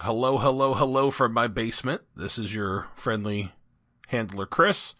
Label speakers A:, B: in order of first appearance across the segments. A: Hello, hello, hello from my basement. This is your friendly handler, Chris.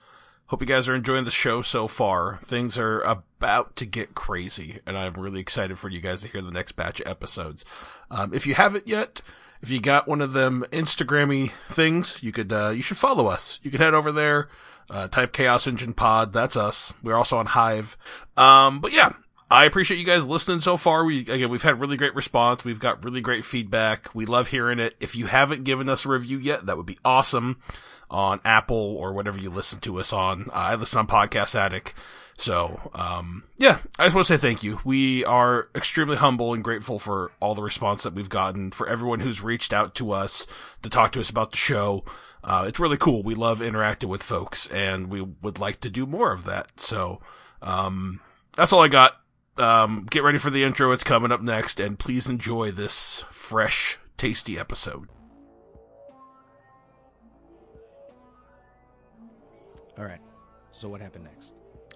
A: Hope you guys are enjoying the show so far. Things are about to get crazy, and I'm really excited for you guys to hear the next batch of episodes. Um, if you haven't yet, if you got one of them Instagrammy things, you could uh, you should follow us. You could head over there, uh, type Chaos Engine Pod. That's us. We're also on Hive. Um, but yeah, I appreciate you guys listening so far. We again, we've had really great response. We've got really great feedback. We love hearing it. If you haven't given us a review yet, that would be awesome on Apple or whatever you listen to us on. Uh, I listen on Podcast Addict. So, um, yeah, I just want to say thank you. We are extremely humble and grateful for all the response that we've gotten, for everyone who's reached out to us to talk to us about the show. Uh, it's really cool. We love interacting with folks and we would like to do more of that. So, um, that's all I got. Um, get ready for the intro. It's coming up next and please enjoy this fresh, tasty episode.
B: All right. So what happened next?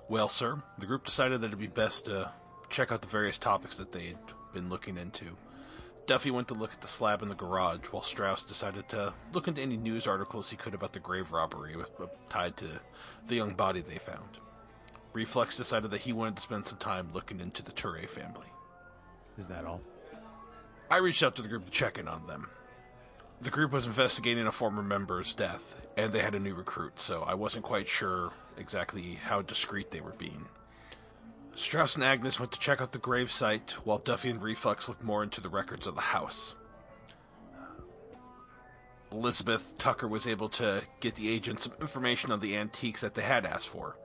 A: Well, sir, the group decided that it'd be best to check out the various topics that they had been looking into. Duffy went to look at the slab in the garage, while Strauss decided to look into any news articles he could about the grave robbery with, uh, tied to the young body they found. Reflex decided that he wanted to spend some time looking into the Touré family.
B: Is that all?
A: I reached out to the group to check in on them. The group was investigating a former member's death, and they had a new recruit, so I wasn't quite sure exactly how discreet they were being. Strauss and Agnes went to check out the grave site, while Duffy and Reflex looked more into the records of the house. Elizabeth Tucker was able to get the agent some information on the antiques that they had asked for.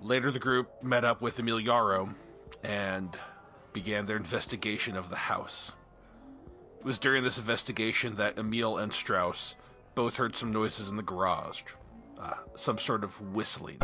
A: Later, the group met up with Emiliaro and began their investigation of the house. It was during this investigation that Emil and Strauss both heard some noises in the garage, uh, some sort of whistling.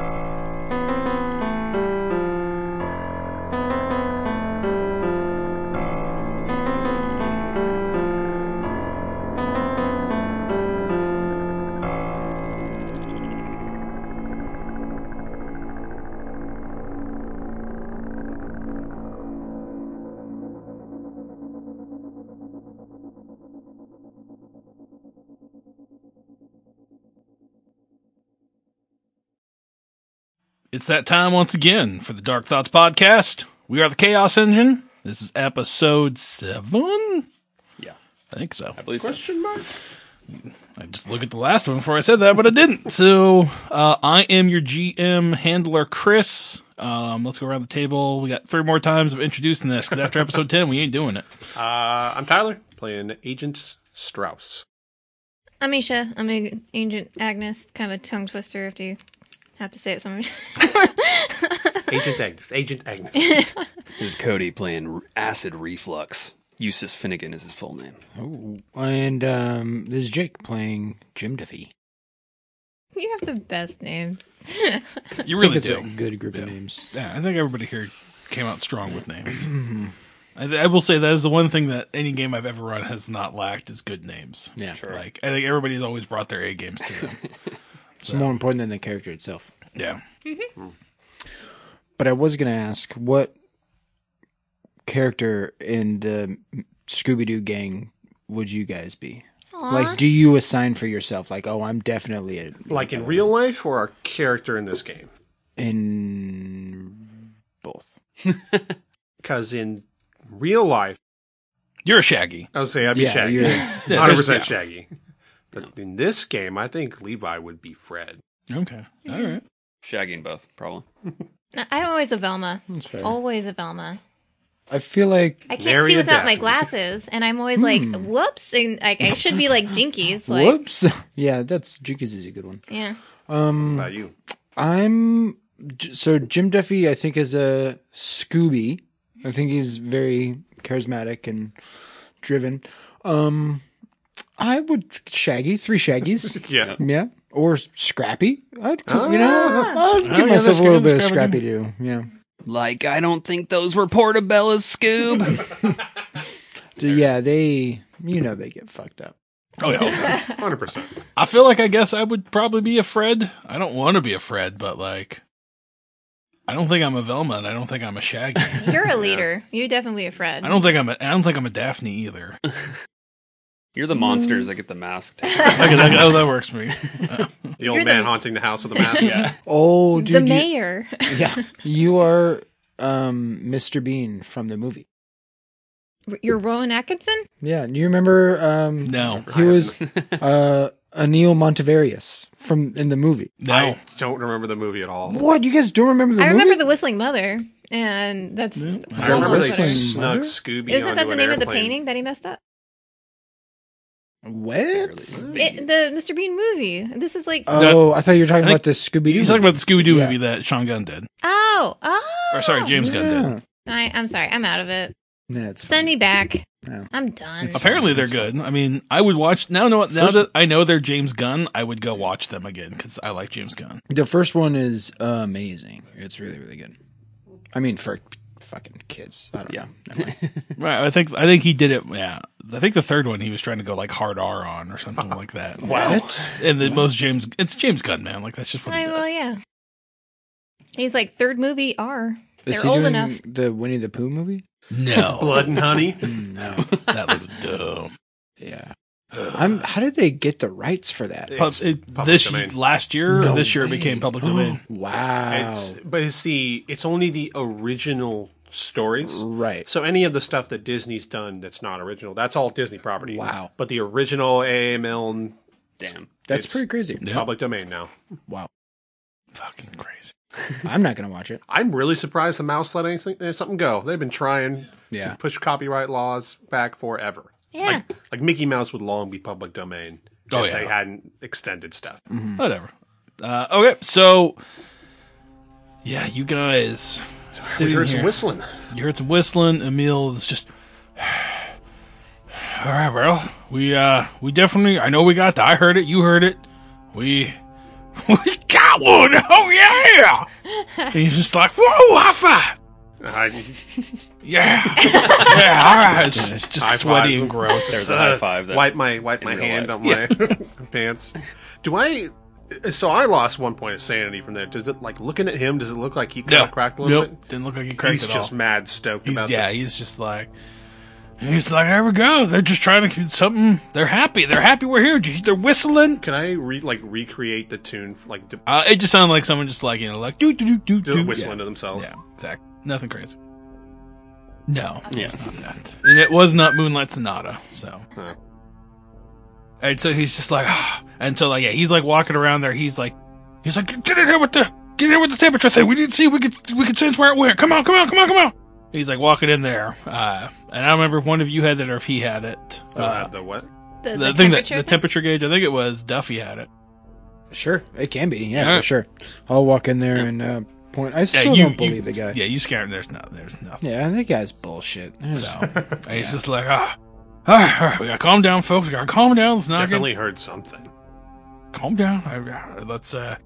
A: It's that time once again for the Dark Thoughts Podcast. We are the Chaos Engine. This is episode seven.
C: Yeah,
A: I think so.
C: I believe so.
A: I just look at the last one before I said that, but I didn't. So uh, I am your GM handler, Chris. Um, let's go around the table. We got three more times of introducing this because after episode ten, we ain't doing it.
C: Uh, I'm Tyler, playing Agent Strauss.
D: I'm Isha. I'm a ancient Agnes. Kind of a tongue twister if you have to say it sometimes.
C: Agent Agnes. Agent Agnes.
E: This is Cody playing R- Acid Reflux. Eustace Finnegan is his full name.
F: Oh, and um, this is Jake playing Jim Duffy.
D: you have the best names.
A: You
F: I
A: really
F: think it's
A: do.
F: a good group of names.
A: Yeah, I think everybody here came out strong with names. I, I will say that is the one thing that any game I've ever run has not lacked is good names.
F: Yeah,
A: Like I think everybody's always brought their A games to them.
F: it's more important than the character itself.
A: yeah.
F: But I was going to ask what character in the Scooby Doo gang would you guys be? Like, do you assign for yourself? Like, oh, I'm definitely a
C: like in real life or our character in this game?
F: in both.
C: Because in real life,
A: You're a Shaggy.
C: I would say I'd be
F: Yeah,
C: Shaggy.
F: you're-
C: 100%
A: yeah.
C: Shaggy. But in this game, I think Levi would be Fred.
A: Okay. All right.
E: Shaggy and both, probably.
D: No, I'm always a Velma.
F: That's fair.
D: Always a Velma.
F: I feel like
D: I can't
C: Mary
D: see
C: and
D: without my
C: Daphne.
D: glasses, and I'm always like,
F: Hmm.
D: whoops, and like I should be like Jinkies. Like,
F: whoops. Yeah, that's Jinkies is a good one. Um,
D: yeah,
C: How about you?
F: I'm J- so Jim Duffy. I think is a Scooby. I think he's very charismatic and driven. Um, I would Shaggy three Shaggies.
C: Yeah.
F: yeah, or Scrappy. I'd co- you know I'd give
A: yeah,
F: myself
A: that's
F: a little
A: good,
F: bit of
A: that's
F: Scrappy
A: Scrappy
F: Doo. Yeah,
E: Like, I don't think those were portobellas, Scoob.
F: D- yeah. They you know they get fucked up.
A: Oh yeah.
C: 100%.
A: I feel like I guess I would probably be a Fred. I don't want to be a Fred, but like I don't think I'm a Velma and I don't think I'm a Shaggy.
D: you're a leader. You're definitely a Fred.
A: I don't think I'm a I don't think I'm a Daphne either.
E: You're the monsters that get the mask.
G: Okay, that, oh, that works for me.
C: The old
D: You're
C: man
D: the-
C: haunting the house of the mask.
E: yeah.
F: Oh, dude.
D: the
F: you-
D: mayor.
F: yeah. You are um, Mr. Bean from the movie.
D: You're Rowan Atkinson?
F: Yeah. Do you remember? Um,
G: No.
F: He was uh, Anil Montevarius from in the movie.
G: No.
C: I don't remember the movie at all.
F: What? You guys don't remember the
D: I
F: movie?
D: remember The Whistling Mother, and that's.
G: Yeah.
C: I remember they
F: Wrestling
C: snuck
F: Mother?
C: Scooby.
D: Isn't that
C: onto
D: the
C: an
D: name of the
C: airplane.
D: painting that he messed up?
F: What?
D: It, the Mr. Bean movie. This is like.
F: Oh, I thought you were talking
G: I think-
F: about the Scooby.
G: He's talking about the Scooby Doo
F: Yeah.
G: movie that Sean Gunn did.
D: oh, oh.
G: Or sorry, James Gunn did.
F: yeah.
D: I, I'm sorry. I'm out of it.
F: That's
D: Send me back.
F: No.
D: I'm done.
F: It's-
G: Apparently they're good. I mean, I would watch now. Know, now
F: First-
G: that I know they're James Gunn, I would go watch them again because I like James Gunn.
F: The first one is amazing. It's really, really good. I mean, for fucking kids. I don't
E: Yeah.
F: know. Never mind.
G: Right. I think I think he did it. Yeah. I think the third one he was trying to go like hard R on or something like that.
E: Wow.
G: And the most James, it's James Gunn, man. Like that's just what he
D: I,
G: does.
D: well, yeah. He's like third movie R.
F: Is
D: They're
F: he
D: old
F: doing
D: enough.
F: the Winnie the Pooh movie?
G: No,
C: Blood and honey.
F: No.
G: that looks dumb.
F: yeah. I'm. How did they get the rights for that?
C: It's
G: Pub- it-
C: public
G: this
C: domain.
G: last year, or
F: No
G: this year it
F: way. Oh.
G: became public domain.
F: Wow.
C: It's but it's the it's only the original stories.
F: right.
C: So any of the stuff that Disney's done that's not original, that's all Disney property.
F: Wow.
C: But the original AML
E: Damn.
F: That's
C: it's-
F: pretty crazy.
G: Yeah.
C: public domain now.
F: Wow.
G: Fucking crazy.
F: I'm not gonna watch it.
C: I'm really surprised the mouse let anything eh, something go. They've been trying
F: Yeah.
C: to push copyright laws back forever.
D: Yeah.
C: Like, like Mickey Mouse would long be public domain
G: Oh,
C: if
G: yeah.
C: they hadn't extended stuff.
F: Hmm.
G: Whatever. Uh, okay, so yeah, you guys
C: We
G: sitting
C: heard
G: here,
C: some whistling.
G: you heard some whistling. Emil is just all right. Well, we uh, we definitely. I know we got that. I heard it. You heard it. We we got one. Oh yeah. and he's just like, whoa, high five.
C: I,
G: Yeah, yeah. All right. It's just
C: High
G: sweaty
C: fives.
G: and gross.
E: There's a high five. That,
C: wipe my wipe my
E: real
C: hand
E: life.
C: on my pants. Do I? eh, So I lost one point of sanity from there. Does it like looking at him? Does it look like he kinda
G: No,
C: cracked a little
G: nope. Didn't look like he
C: bit?
G: cracked
C: He's
G: at all.
C: just mad stoked
G: He's,
C: about
G: yeah, he's just like, he's like, there we go. They're just trying to keep something. They're happy. They're happy we're here. Did you- They're whistling.
C: that. Can I re like recreate the tune like the,
G: Uh, it just sounded like someone just like you know, like do do do do
C: the
G: do
C: whistling to
G: Yeah,
C: themselves?
G: yeah exactly. Nothing crazy. No,
E: Yeah.
G: and it was not Moonlight Sonata. So,
C: Huh.
G: and so he's just like, "Ah." and so like yeah, he's like walking around there. He's like, he's like, get in here with the get in here with the temperature thing. We need to see. We could we could sense where it went. Come on, come on, come on, come on. He's like walking in there, uh, and I don't remember if one of you had it or if he had it.
C: Uh,
G: Uh,
C: the what?
D: the,
G: the,
D: the
G: thing that
D: temperature
G: the temperature gauge, I think it was Duffy had it.
F: Sure, it can be. Yeah,
G: Alright.
F: for sure. I'll walk in there and uh, point. I still don't believe the guy.
G: Yeah, you scared him. There's not. There's nothing.
F: Yeah, that guy's bullshit. There's-
G: So and he's just like, ah, all right, all right, we gotta calm down, folks. We gotta calm down. Let's not get
C: Definitely heard something.
G: calm down. I, I- let's uh,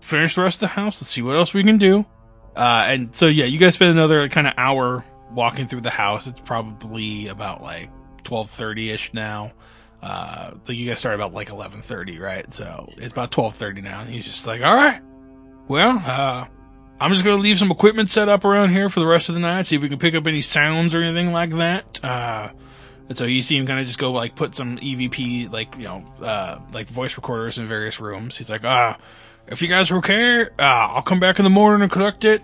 G: finish the rest of the house. Let's see what else we can do. Uh, and so yeah, you guys spend another kind of hour walking through the house. It's probably about like twelve thirty ish now. Uh, like you guys started about like eleven thirty, right? So it's about twelve thirty now. And he's just like, all right, well, uh, I'm just gonna leave some equipment set up around here for the rest of the night. See if we can pick up any sounds or anything like that. Uh, and so you see him kind of just go like put some EVP like you know uh, like voice recorders in various rooms. He's like, ah, if you guys are okay, uh, I'll come back in the morning and collect it.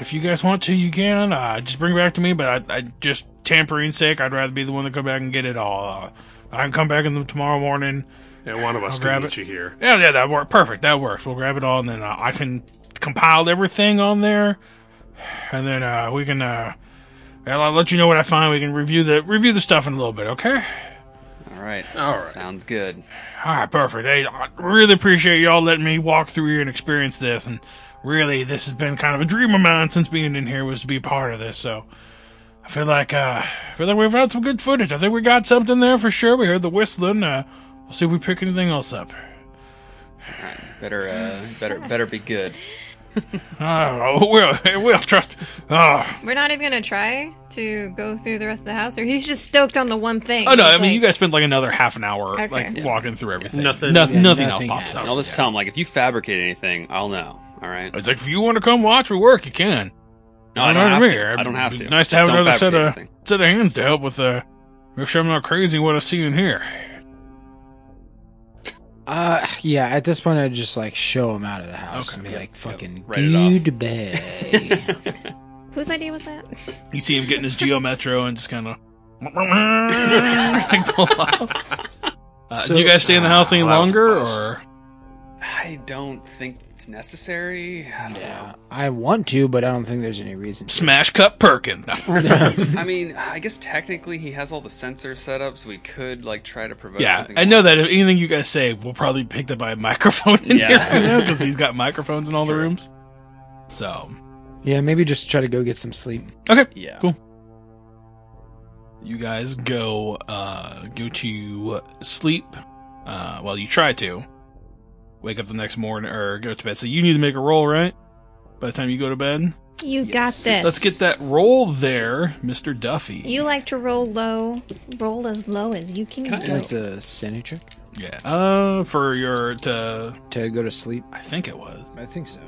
G: If you guys want to, you can. Uh, just bring it back to me. But I, I just tampering sake, I'd rather be the one to come back and get it all. Uh, I can come back in the tomorrow morning.
C: And one of us
G: I'll
C: can
G: grab
C: meet
G: it.
C: you here.
G: Yeah, yeah, that worked. Perfect. That works. We'll grab it all, and then uh, I can compile everything on there, and then uh, we can. Uh, I'll I'll let you know what I find. We can review the review the stuff in a little bit. Okay.
E: All right.
C: All right.
E: Sounds good.
G: All right, perfect. Hey, I really appreciate y'all letting me walk through here and experience this. And really, this has been kind of a dream of mine since being in here was to be a part of this. So I feel like uh, I feel like we've got some good footage. I think we got something there for sure. We heard the whistling. Uh, we'll see if we pick anything else up.
E: All right. Better. Uh, better. Better be good.
G: Uh, we'll, we'll trust. Uh,
D: We're not even gonna try to go through the rest of the house, or he's just stoked on the one thing.
G: oh no, I
D: He's
G: mean you
D: like,
G: guys spent like another half an hour
D: Okay.
G: like
D: Yeah.
G: walking through everything.
C: Nothing-
G: Noth-
F: Yeah,
G: nothing
F: nothing
G: else pops
E: And
G: out.
E: I'll just tell him like if you fabricate anything, I'll know. All right.
G: It's like if you want to come watch me work, you can.
E: No, I
G: Not
E: don't have
G: me.
E: to. I don't have
G: It'd be
E: to.
G: Nice to
E: Just
G: have
E: don't
G: another set of
E: fabricate anything.
G: set of hands to help with uh, Make sure I'm not crazy what I see in here.
F: Uh, yeah. At this point, I'd just like show him out of the house and be like, "Fucking
E: Write it off.
F: dude, to bed."
D: Whose idea was that?
G: You see him getting his Geo Metro and just kind of like pull off. Uh,
F: So-
G: do you guys stay in the house any
C: Ah, that was
G: longer,
C: close.
G: or
E: I don't think it's necessary. I don't
F: yeah, I want to, but I don't think there's any reason. To.
G: smash cut Perkin?
E: know. I mean, I guess technically he has all the sensors set up, so we could like try to provoke.
G: yeah,
E: something
G: I know that if anything you guys say will probably be picked up by a microphone in
E: Yeah.
G: here because he's got microphones in all the
E: True.
G: rooms. So
F: Yeah, maybe just try to go get some sleep.
G: okay,
E: Yeah.
G: Cool. you guys go uh go to sleep uh well you try to wake up the next morning or go to bed so you need to make a roll right by the time you go to bed
D: You
E: Yes.
D: got this.
G: let's get that roll there mr duffy
D: You like to roll low. Roll as low as you can,
E: Can I-
D: go.
F: That's a sanity check
G: yeah uh for your
A: uh,
G: to
F: to go to sleep.
G: i think it was
F: I think so.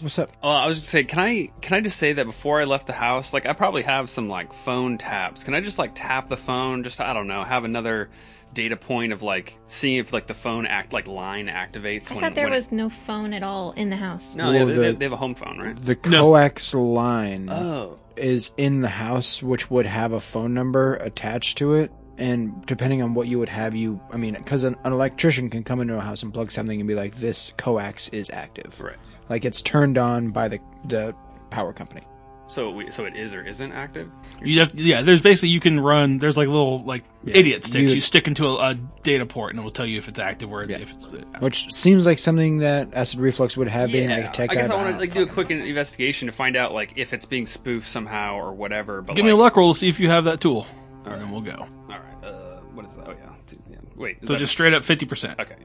F: What's up?
E: Oh, I was just saying, can I can I just say that before I left the house, like I probably have some like phone taps. Can I just like tap the phone? Just I don't know, have another data point of like seeing if like the phone act like line activates.
D: I
E: when,
D: thought there
E: when it-
D: was no phone at all in the house.
E: no, yeah,
F: Well,
E: they, they-
F: the-
E: they have a home phone, right?
F: The coax line
E: Oh,
F: is in the house, which would have a phone number attached to it. And depending on what you would have, you, I mean, because an, an electrician can come into a house and plug something and be like, this coax is active.
E: right.
F: Like it's turned on by the, the power company.
E: So we so it is or isn't active.
G: you have, yeah there's basically you can run there's like little like
F: Yeah.
G: idiot sticks you,
F: You-
G: stick into a, a data port and it will tell you if it's active or
F: Yeah.
G: if it's uh,
F: Which seems like something that acid reflux would have been like a
E: I
F: tech
E: guess
F: guy,
E: I
F: but
E: want to
F: don't
E: like do a
F: fucking
E: quick
F: know.
E: investigation to find out like if it's being spoofed somehow or whatever. But
G: give me
E: like,
G: a luck roll to see if you have that tool and then we'll go
E: All right, uh, what is that? Oh yeah, Dude, yeah. wait. is
G: so
E: that-
G: just straight up 50%
E: okay.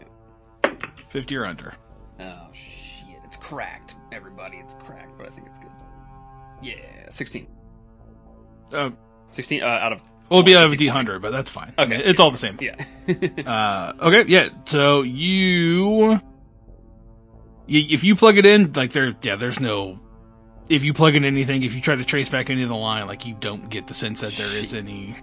E: Yeah.
G: 50 or under
E: Oh shit! It's cracked, everybody. It's cracked, but I think it's good. Yeah, sixteen.
G: uh,
E: Sixteen uh, out of
G: Well, it'd be out of a D100, but that's fine.
E: Okay.
G: It's all the same.
E: yeah.
G: Uh, okay, yeah. So you. y- If you plug it in, like, there, yeah, there's no. If you plug in anything, if you try to trace back any of the line, like, you don't get the sense that there is any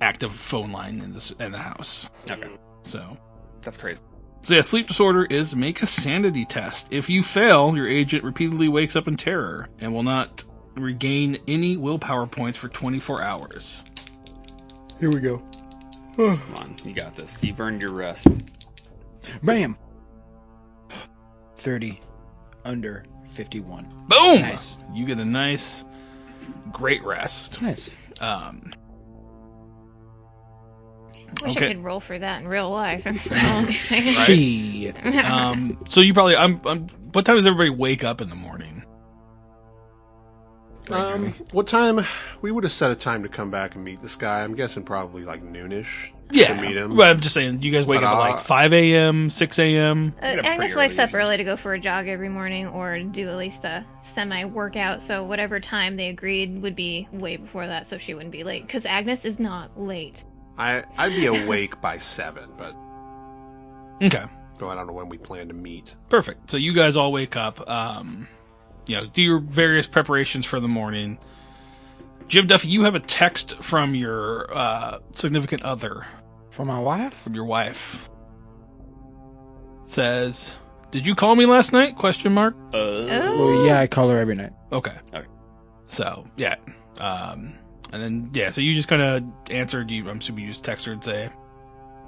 G: active phone line in this in the house.
E: okay,
G: So.
E: that's crazy.
G: So yeah, sleep disorder is make a sanity test. If you fail, your agent repeatedly wakes up in terror and will not regain any willpower points for 24 hours.
F: Here we go.
E: Come on, you got this. You've earned your rest.
F: Bam! 30 under 51.
G: Boom!
F: Nice.
G: You get a nice, great rest.
F: Nice.
G: Um,
D: Wish
G: Okay.
D: I could roll for that in real life. right.
F: Shit.
G: um, so you probably I'm, I'm. What time does everybody wake up in the morning?
C: Um, what time? We would have set a time to come back and meet this guy. I'm guessing probably like noonish. to meet him.
G: But I'm just saying, you guys wake up at
C: Uh,
G: like 5 a.m., 6 a.m.
D: Uh,
E: Get up
D: Agnes
E: pretty
D: wakes
E: early.
D: up early to go for a jog every morning or do at least a semi workout. So, whatever time they agreed would be way before that so she wouldn't be late. Because Agnes is not late.
C: I I'd be awake by seven, but
G: Okay,
C: so I don't know when we plan to meet.
G: perfect. So you guys all wake up. Um, you know, do your various preparations for the morning. Jim Duffy, you have a text from your uh, significant other
F: For my wife?
G: from your wife says did you call me last night question mark
E: Uh,
F: Well,
D: Oh,
F: yeah, I call her every night.
G: okay
E: Okay.
G: so yeah um and then yeah so you just kind of answered you i'm assuming you just text her and say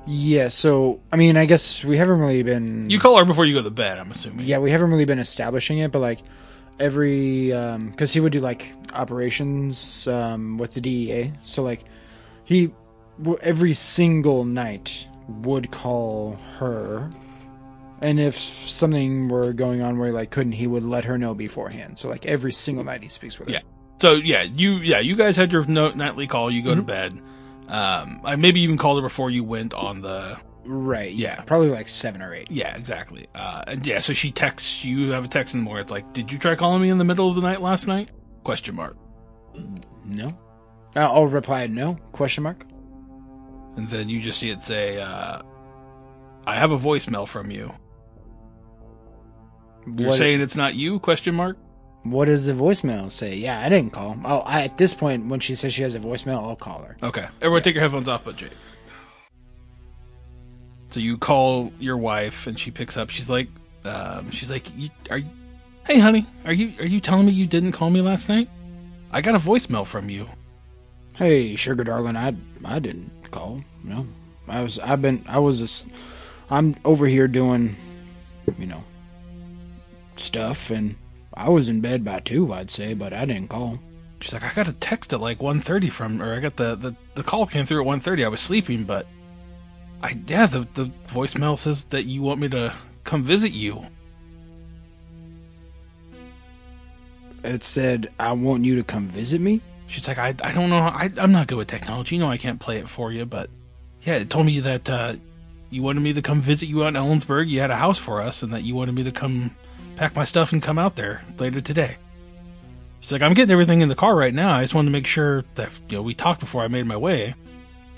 F: Yeah, so I mean, I guess we haven't really been.
G: you call her before you go to bed i'm assuming
F: Mm-hmm. Yeah, we haven't really been establishing it, but like every um because he would do like operations um with the DEA, so like he w- every single night would call her, and if something were going on where he, like couldn't, he would let her know beforehand. So like every single night he speaks with her.
G: Yeah. so yeah you yeah you guys had your no- nightly call you go
F: Mm-hmm.
G: to bed um i maybe even called her before you went on the
F: right. Yeah,
G: Yeah.
F: probably like seven or eight.
G: yeah exactly uh and yeah so she texts you have a text in the morning it's like did you try calling me in the middle of the night last night question mark
F: No, I'll I'll reply no question mark.
G: And then you just see it say, uh, I have a voicemail from you. You're
F: What-
G: saying it's not you? Question mark.
F: What does the voicemail say? Yeah, I didn't call. Oh, I, at this point, when she says she has a voicemail, I'll call her.
G: Okay. Everyone take your headphones off but Jake. So you call your wife and she picks up. She's like um, she's like you, are you, Hey honey, are you are you telling me you didn't call me last night? I got a voicemail from you.
F: Hey, sugar darling, I I didn't call. No, I was I've been I was just I'm over here doing, you know, stuff, and I was in bed by two, I'd say, but I didn't call.
G: She's like I got a text at like 1:30 from or I got the the, the call came through at 1:30. I was sleeping, but I yeah, the the voicemail says that you want me to come visit you.
F: It said I want you to come visit me.
G: She's like, I, I don't know. I, I'm not good with technology. You know, I can't play it for you. But yeah, it told me that uh, you wanted me to come visit you out in Ellensburg. You had a house for us, and that you wanted me to come pack my stuff and come out there later today. She's like, I'm getting everything in the car right now. I just wanted to make sure that you know we talked before I made my way.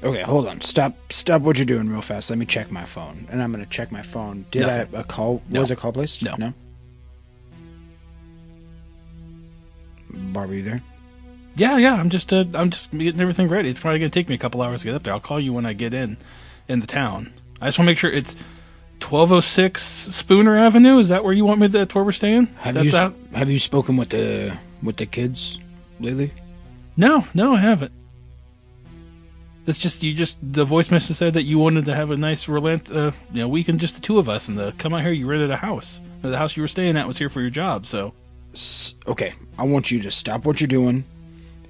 F: Okay, hold on. Stop. Stop what you're doing real fast. Let me check my phone, and I'm gonna check my phone. Did I a call? Was a call placed?
G: No.
F: No. Barbie, you there?
G: Yeah, yeah. I'm just uh, I'm just getting everything ready. It's probably gonna take me a couple hours to get up there. I'll call you when I get in in the town. I just want to make sure it's 1206 Spooner Avenue. Is that where you want me? To, that's where we're staying.
F: Have
G: that's
F: you
G: out.
F: have you spoken with the with the kids lately?
G: No, no, I haven't. That's just you. Just the voice message said that you wanted to have a nice relent, uh, you know, weekend, just the two of us, and the come out here. You rented a house. Or The house you were staying at was here for your job, so
F: S- okay, I want you to stop what you're doing.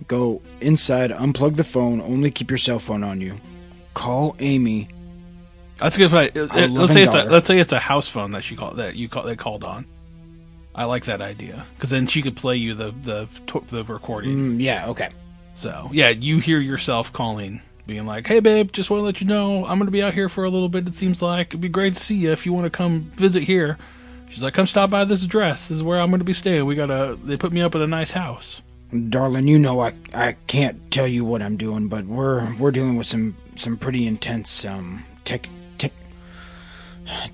F: Go inside, unplug the phone, only keep your cell phone on you. Call Amy.
G: that's good. If I, uh,
F: I love
G: let's say it's a,
F: daughter.
G: let's say it's a house phone that she called that you call they called on. I like that idea because then she could play you the the tw- the recording.
F: Mm, yeah, okay.
G: So yeah, you hear yourself calling, being like, "Hey babe, just want to let you know I'm gonna be out here for a little bit. It seems like it'd be great to see you if you want to come visit here." She's like, "Come stop by this address. This is where I'm gonna be staying. We got to They put me up at a nice house."
F: Darling, you know I I can't tell you what I'm doing, but we're we're dealing with some some pretty intense um tech tech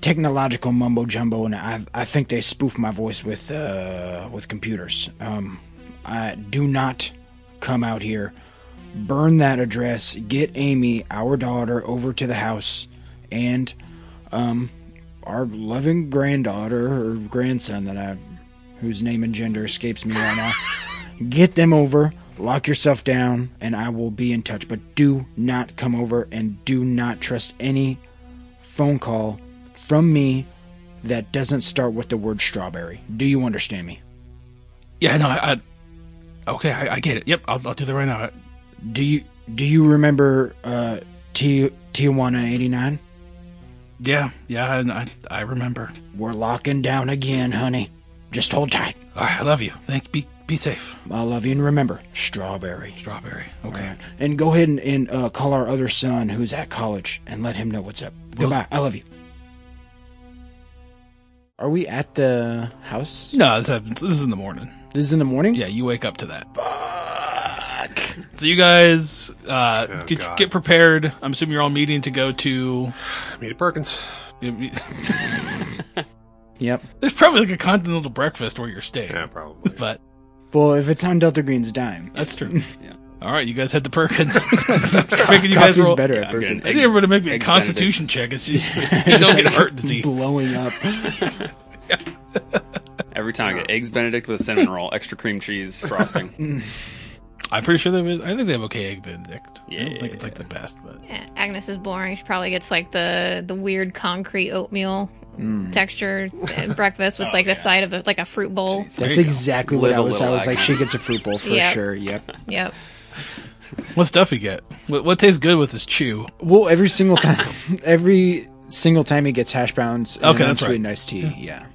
F: technological mumbo jumbo, and I I think they spoof my voice with uh with computers. Um, I do not come out here. Burn that address. Get Amy, our daughter, over to the house, and um our loving granddaughter or grandson that I whose name and gender escapes me right now get them over, lock yourself down, and I will be in touch. But do not come over and do not trust any phone call from me that doesn't start with the word strawberry. Do you understand me?
G: Yeah, no, I, I okay, I, I get it. Yep, I'll, I'll do that right now.
F: Do you do you remember uh Ti- Tijuana 89?
G: Yeah, yeah, and I I remember.
F: We're locking down again, honey. Just hold tight.
G: All right, I love you. Thank be be safe,
F: I love you and remember, strawberry.
G: strawberry. Okay.
F: Alright. And go ahead and, and uh, call our other son who's at college and let him know what's up. Goodbye. I love you. Are we at the house?
G: No, this happens. This is in the morning.
F: This is in the morning?
G: Yeah, you wake up to that.
F: Fuck.
G: So you guys uh,
C: Oh,
G: get,
C: God.
G: get prepared. I'm assuming you're all meeting to go to.
C: Meet at Perkins.
G: There's
F: Yep.
G: probably like a continental breakfast where you're staying,
C: Yeah, probably.
G: but
F: Well, if it's on Delta Green's dime.
G: that's true.
E: Yeah.
G: All right, you guys head to Perkins. I'm making you guys
F: Coffee's
G: roll.
F: better at
E: I'm getting
F: Burger
E: egg-
F: King.
G: Hey, everybody, make me a
E: Egg
G: constitution check. It's just, you don't get heart disease.
F: Blowing up.
E: Every time I get eggs Benedict with a cinnamon roll, extra cream cheese frosting.
G: I'm pretty sure they. have- I think they have okay egg Benedict. I don't think it's like
E: Yeah.
G: the best, but
D: Yeah, Agnes is boring. She probably gets like the the weird concrete oatmeal
E: Mm.
D: texture at breakfast
E: Oh,
D: with like the side of a, like a fruit bowl.
F: That's
G: you go.
F: exactly
E: Live
F: what I
E: a
F: was. I
E: little
F: was like,
E: life.
F: she gets a fruit bowl for
D: Yep.
F: sure. Yep.
D: Yep.
G: what stuff you get? What, what tastes good with this chew?
F: Well, every single time, every single time he gets hash browns. And
G: Okay,
F: an
G: that's right.
F: unsweetened iced tea. Yeah.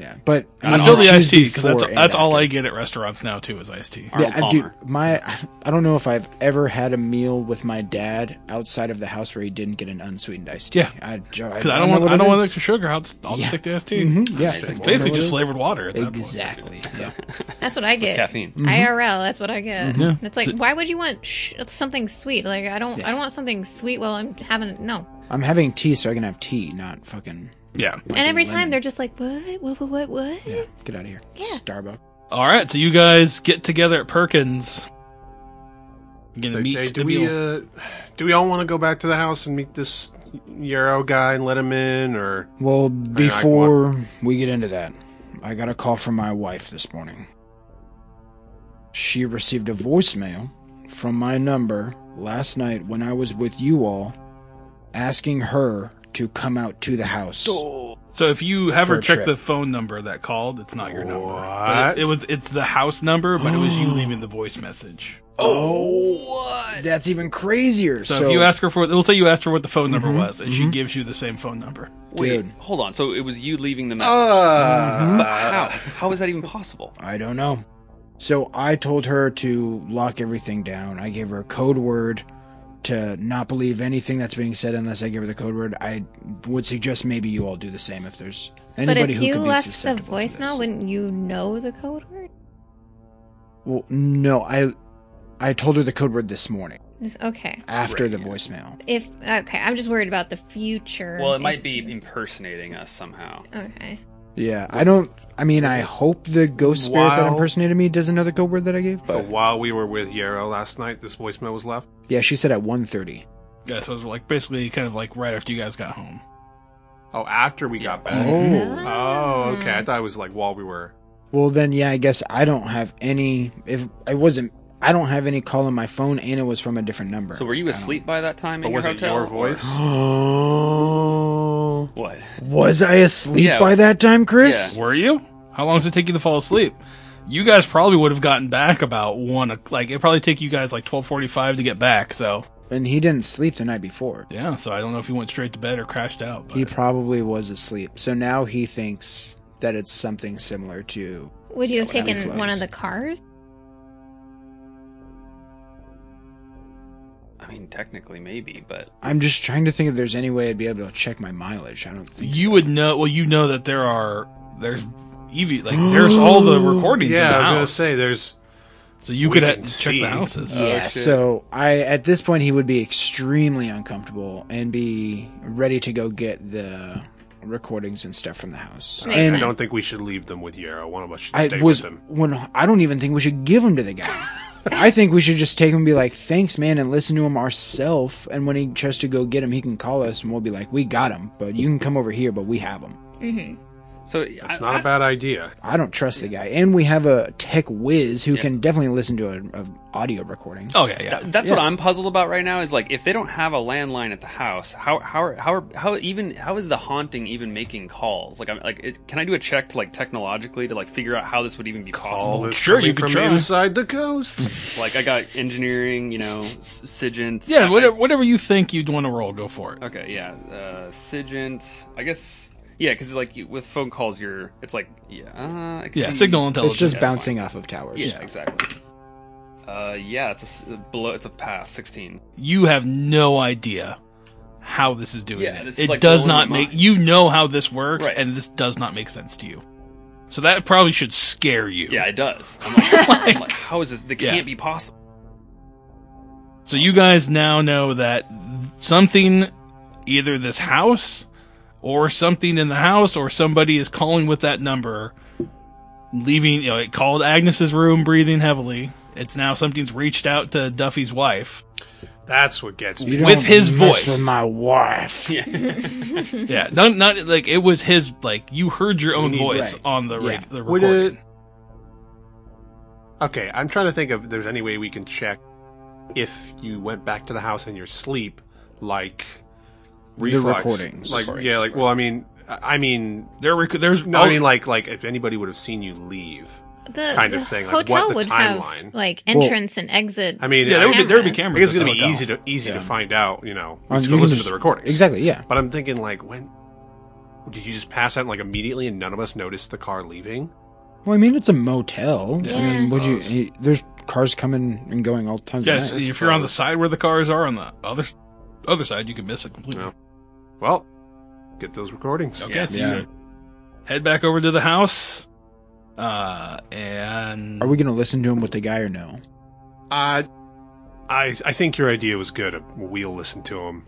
F: Yeah, but
G: I
F: mean,
G: feel
F: you
G: the
F: choose
G: iced tea because
F: before
G: that's
F: and
G: that's all
F: after.
G: I get at restaurants now too is iced tea.
E: Arnold
F: I,
E: Palmer.
F: dude, my I don't know if I've ever had a meal with my dad outside of the house where he didn't get an unsweetened iced tea.
G: Yeah.
F: I,
G: Because I don't want I don't want extra sugar. I'll just, I'll just
F: Yeah.
G: take the iced tea.
F: Mm-hmm. Yeah,
E: Amazing.
F: I don't know
G: Basically,
F: what it
G: just
F: is.
G: flavored water. At that
F: Exactly. yeah.
D: That's what I get.
E: Caffeine. Mm-hmm.
D: IRL. That's what I get.
G: Mhm. Yeah.
D: It's like,
G: So-
D: why would you want sh- something sweet? Like, I don't, I don't want something sweet while I'm having no.
F: I'm having tea, so I can have tea, not fucking
G: Point. Yeah.
D: and every time they're just like, what, what, what, what, what?
F: yeah. Get out of here,
D: Yeah.
F: Starbucks.
G: All right, so you guys get together at Perkins. You're gonna meet
C: Hey, do
G: the
C: we
G: meal.
C: uh, do we all want to go back to the house and meet this Yarrow guy and let him in, or
F: Well,
C: like
F: before we get into that, I got a call from my wife this morning. She received a voicemail from my number last night when I was with you all asking her to come out to the house.
G: So if you have her
F: For a
G: check
F: trip.
G: the phone number that called, it's not your number. But
C: What?
G: it, it was it's the house number, but it was you leaving the voice message.
F: That's even crazier.
G: So,
F: So,
G: if you ask her for, it'll say you asked her what the phone number was, and she
F: mhm.
G: gives you the same phone number.
E: Wait,
F: Dude.
E: hold on. So it was you leaving the message.
C: uh,
E: But how? How is that even possible?
F: I don't know. So I told her to lock everything down. I gave her a code word to not believe anything that's being said unless I give her the code word. I would suggest maybe you all do the same if there's
D: But
F: anybody
D: if
F: who
D: you
F: could
D: left
F: be
D: the
F: susceptible to this.
D: voicemail, wouldn't you know the code word?
F: Well, no, I I told her the code word this morning
D: This- Okay.
F: after the voicemail.
D: If okay, I'm just worried about the future.
E: Well, it might be impersonating us somehow.
D: Okay.
F: Yeah, I don't. I mean, I hope the ghost spirit that
C: While-
F: impersonated me doesn't know the code word that I gave.
C: but
F: But
C: while we were with Yarrow last night, this voicemail was left.
F: yeah, she said at 1.30.
G: Yeah, so it was like basically kind of like right after you guys got home.
C: Oh, after we got back.
F: Oh.
C: Oh, okay.
E: Ah.
C: I thought it was like while we were.
F: Well, then yeah, I guess I don't have any. If I wasn't, I don't have any call on my phone, and it was from a different number.
E: So were
F: I
E: you
F: don't-
E: asleep by that time?
C: But
E: in
C: was
E: your
C: it
E: hotel,
C: your voice?
F: Oh.
E: What?
F: Was I asleep
E: Yeah.
F: by that time, Chris?
E: Yeah.
G: Were you? How long does it take you to fall asleep? You guys probably would have gotten back about one. o- Like it probably take you guys like twelve forty five to get back. So
F: And he didn't sleep the night before.
G: yeah, so I don't know if you went straight to bed or crashed out. But
F: He probably was asleep. So now he thinks that it's something similar to
D: Would you have
F: That would
D: taken
F: be
D: one of
F: close.
D: the cars?
E: I mean, technically, maybe, but
F: I'm just trying to think if there's any way I'd be able to check my mileage. I don't think
G: you
F: so.
G: would know. Well, you know that there are there's EV like there's all the recordings. in
C: Yeah,
G: the
C: I was gonna
G: house.
C: say there's.
G: So you
C: We
G: could uh,
C: didn't
G: check
C: see.
G: the houses.
F: Yeah,
E: shit.
F: so I at this point he would be extremely uncomfortable and be ready to go get the recordings and stuff from the house.
D: Makes
C: I
F: and
C: don't think we should leave them with Yarrow. One of us should
F: I
C: stay
F: was
C: with them.
F: when I don't even think we should give them to the guy. I think we should just take him and be like, "Thanks, man," and listen to him ourselves. And when he tries to go get him, he can call us, and we'll be like, "We got him, but you can come over here, but we have him."
D: Mm-hmm.
E: so
C: That's
E: I-
C: not
E: I-
C: a bad idea.
F: I don't trust the guy, and we have a tech whiz who
E: Yeah.
F: can definitely listen to an a audio recording.
G: Oh yeah, yeah.
E: Th- that's what
F: Yeah.
E: I'm puzzled about right now. Is like if they don't have a landline at the house, how how are, how are, how even how is the haunting even making calls? Like I'm like it, can I do a check to like technologically to like figure out how this would even be
C: All
E: possible?
C: is
G: Sure,
C: coming
G: you could
C: from
G: try.
C: inside the ghost.
E: Like I got engineering, you know, s- SIGINT.
G: yeah,
E: I-
G: whatever, whatever you think you'd want to roll, go for it.
E: Okay, yeah, uh, SIGINT. I guess yeah, because like you- with phone calls, you're it's like yeah, uh, it could
G: Yeah,
E: be-
G: signal intelligence.
F: It's just
E: that's
F: bouncing off of towers.
E: Yeah, exactly. Uh, yeah, it's a s- below. It's a pass sixteen.
G: You have no idea how this is doing.
E: Yeah,
G: it
E: this is,
G: it
E: like,
G: does
E: blowing
G: not
E: my
G: make
E: mind.
G: you know how this works,
E: Right.
G: and this does not make sense to you. So that probably should scare you.
E: Yeah, it does.
C: Oh
E: I'm like, I'm like, how is this? That
G: Yeah.
E: can't be possible.
G: So you guys now know that something, either this house, or something in the house, or somebody is calling with that number, leaving. You know, it called Agnes's room, breathing heavily. It's now something's reached out to Duffy's wife.
C: That's what gets me.
F: You
G: With
F: don't
G: his
F: mess
G: voice.
F: with my wife.
E: Mm-hmm.
G: Yeah, not not like it was his. Like you heard your own
F: need-
G: voice
F: right.
G: on the,
F: Yeah.
G: reg- the
C: Would
G: recording.
C: it- Okay, I'm trying to think of if there's any way we can check if you went back to the house in your sleep, like reflex.
F: recordings.
C: Like
F: Sorry.
C: yeah, like well, I mean, I I mean,
G: There, rec- there's oh,
C: no, I mean like like if anybody would have seen you leave.
D: The
C: Kind of
D: the
C: thing, like,
D: Hotel
C: what the
D: would
C: timeline?
D: have like
F: Well-
D: entrance and exit.
C: I mean,
G: yeah, there would be there would be
D: I
C: I
G: cameras.
C: guess it's
G: at
C: gonna
G: the
C: be
G: hotel.
C: easy to easy to
F: Yeah.
C: find out. You know, you
F: Um,
C: just
F: you
C: go
F: can
C: listen
F: just-
C: to the recordings.
F: Exactly. Yeah.
C: But I'm thinking like when did you just pass out like immediately and none of us noticed the car leaving?
F: Well, I mean, it's a motel.
D: Yeah.
F: I
D: Yeah.
F: mean, would you?
C: Suppose.
F: you- There's cars coming and going all the time.
G: Yeah, so if you're on the side where the cars are, on the other other side, you can miss it completely.
C: No. Well, get those recordings.
G: Okay,
E: Yeah.
G: so
F: Yeah.
G: you head back over to the house, uh, and
F: Are we gonna listen to him with the guy or no?
C: Uh, I I think your idea was good. We'll listen to him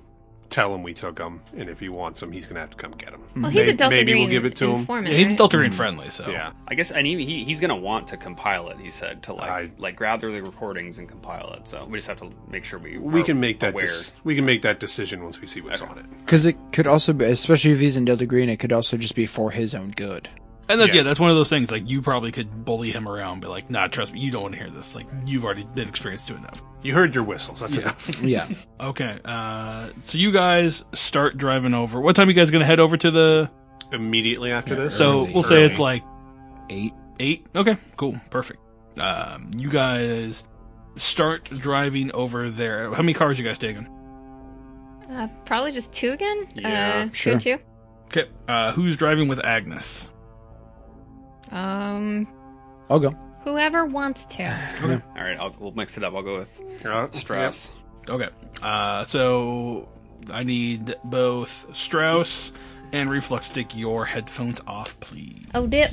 C: tell him we took him, and if he wants him, he's gonna have to come get him.
D: Well, he's
C: May-
D: a Delta
C: maybe
D: Green
C: we'll give it to him.
D: informant,
G: Yeah, he's
D: right?
G: Delta Green friendly, so
C: Yeah,
E: I guess and he, he he's gonna want to compile it. He said to like
C: I-
E: like gather the recordings and compile it. So we just have to make sure we
C: we
E: are
C: can make that.
E: aware.
C: Dis- we can make that decision once we see what's on it.
F: Because it could also be, especially if he's in Delta Green, it could also just be for his own good.
G: And that's, yeah.
C: Yeah.
G: that's one of those things. Like, you probably could bully him around, but, like, nah, trust me, you don't want to hear this. Like, you've already been experienced to enough.
C: You heard your whistles. That's enough.
F: Yeah.
G: Okay, uh, so you guys start driving over. What time you guys gonna head over to the?
C: Immediately after this,
G: So
F: Early.
G: we'll say it's like
F: Eight.
G: eight. Okay, cool, perfect. Um, you guys start driving over there. How many cars you guys taking?
D: Uh, probably just two again.
E: Yeah,
D: uh,
F: sure.
D: Two and
G: Okay, uh, who's driving with Agnes?
D: two. Um,
F: I'll go.
D: whoever wants to.
E: All right, I'll, we'll mix it up. I'll go with
C: Uh,
E: Strauss.
G: Okay, uh, so I need both Strauss and Reflux to take your headphones off, please.
D: Oh, dip.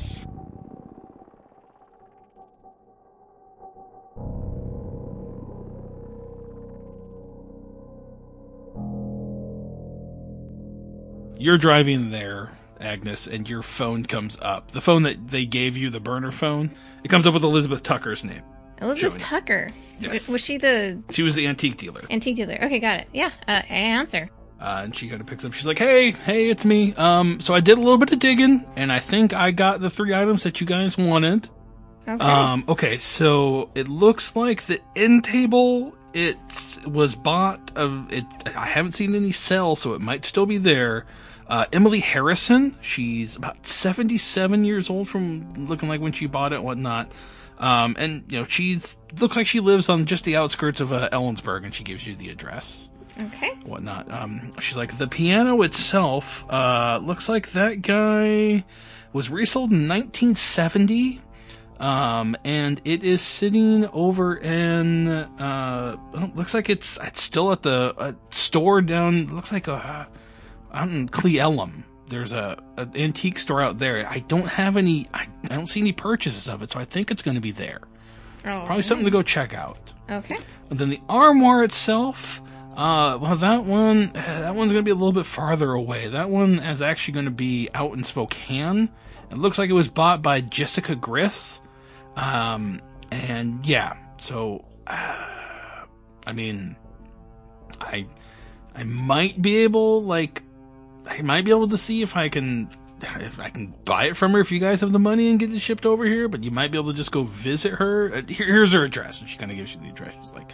G: You're driving there, Agnes, and your phone comes up. The phone that they gave you, the burner phone, it comes up with Elizabeth Tucker's name.
D: Elizabeth
G: Joey.
D: Tucker.
G: Yes.
D: W- Was she the
G: She was the antique dealer.
D: antique dealer? Okay, got it. Yeah, uh, I answer.
G: Uh, and she kind of picks up. She's like, "Hey, hey, it's me. Um, so I did a little bit of digging, and I think I got the three items that you guys wanted.
D: Okay.
G: Um, okay, so it looks like the end table it was bought of it. I haven't seen any sell, so it might still be there. Uh, Emily Harrison, she's about seventy-seven years old from looking like when she bought it, and whatnot. Um, and you know she's looks like she lives on just the outskirts of uh, Ellensburg, and she gives you the address
D: okay.
G: whatnot. Um, she's like, the piano itself uh, looks like that guy was resold in 1970. Um, and it is sitting over in, uh, oh, looks like it's, it's still at the uh, store down, looks like a, out in Cle Elum. There's a, an antique store out there. I don't have any, I, I don't see any purchases of it, so I think it's going to be there.
D: Oh,
G: Probably something to go check out.
D: Okay.
G: And then the armoire itself, uh, well, that one, uh, that one's gonna be a little bit farther away. That one is actually gonna be out in Spokane. It looks like it was bought by Jessica Griffiths. Um, and yeah, so, uh, I mean, I, I might be able, like, I might be able to see if I can, if I can buy it from her if you guys have the money and get it shipped over here. But you might be able to just go visit her. Uh, here- here's her address, and she kind of gives you the address. She's like,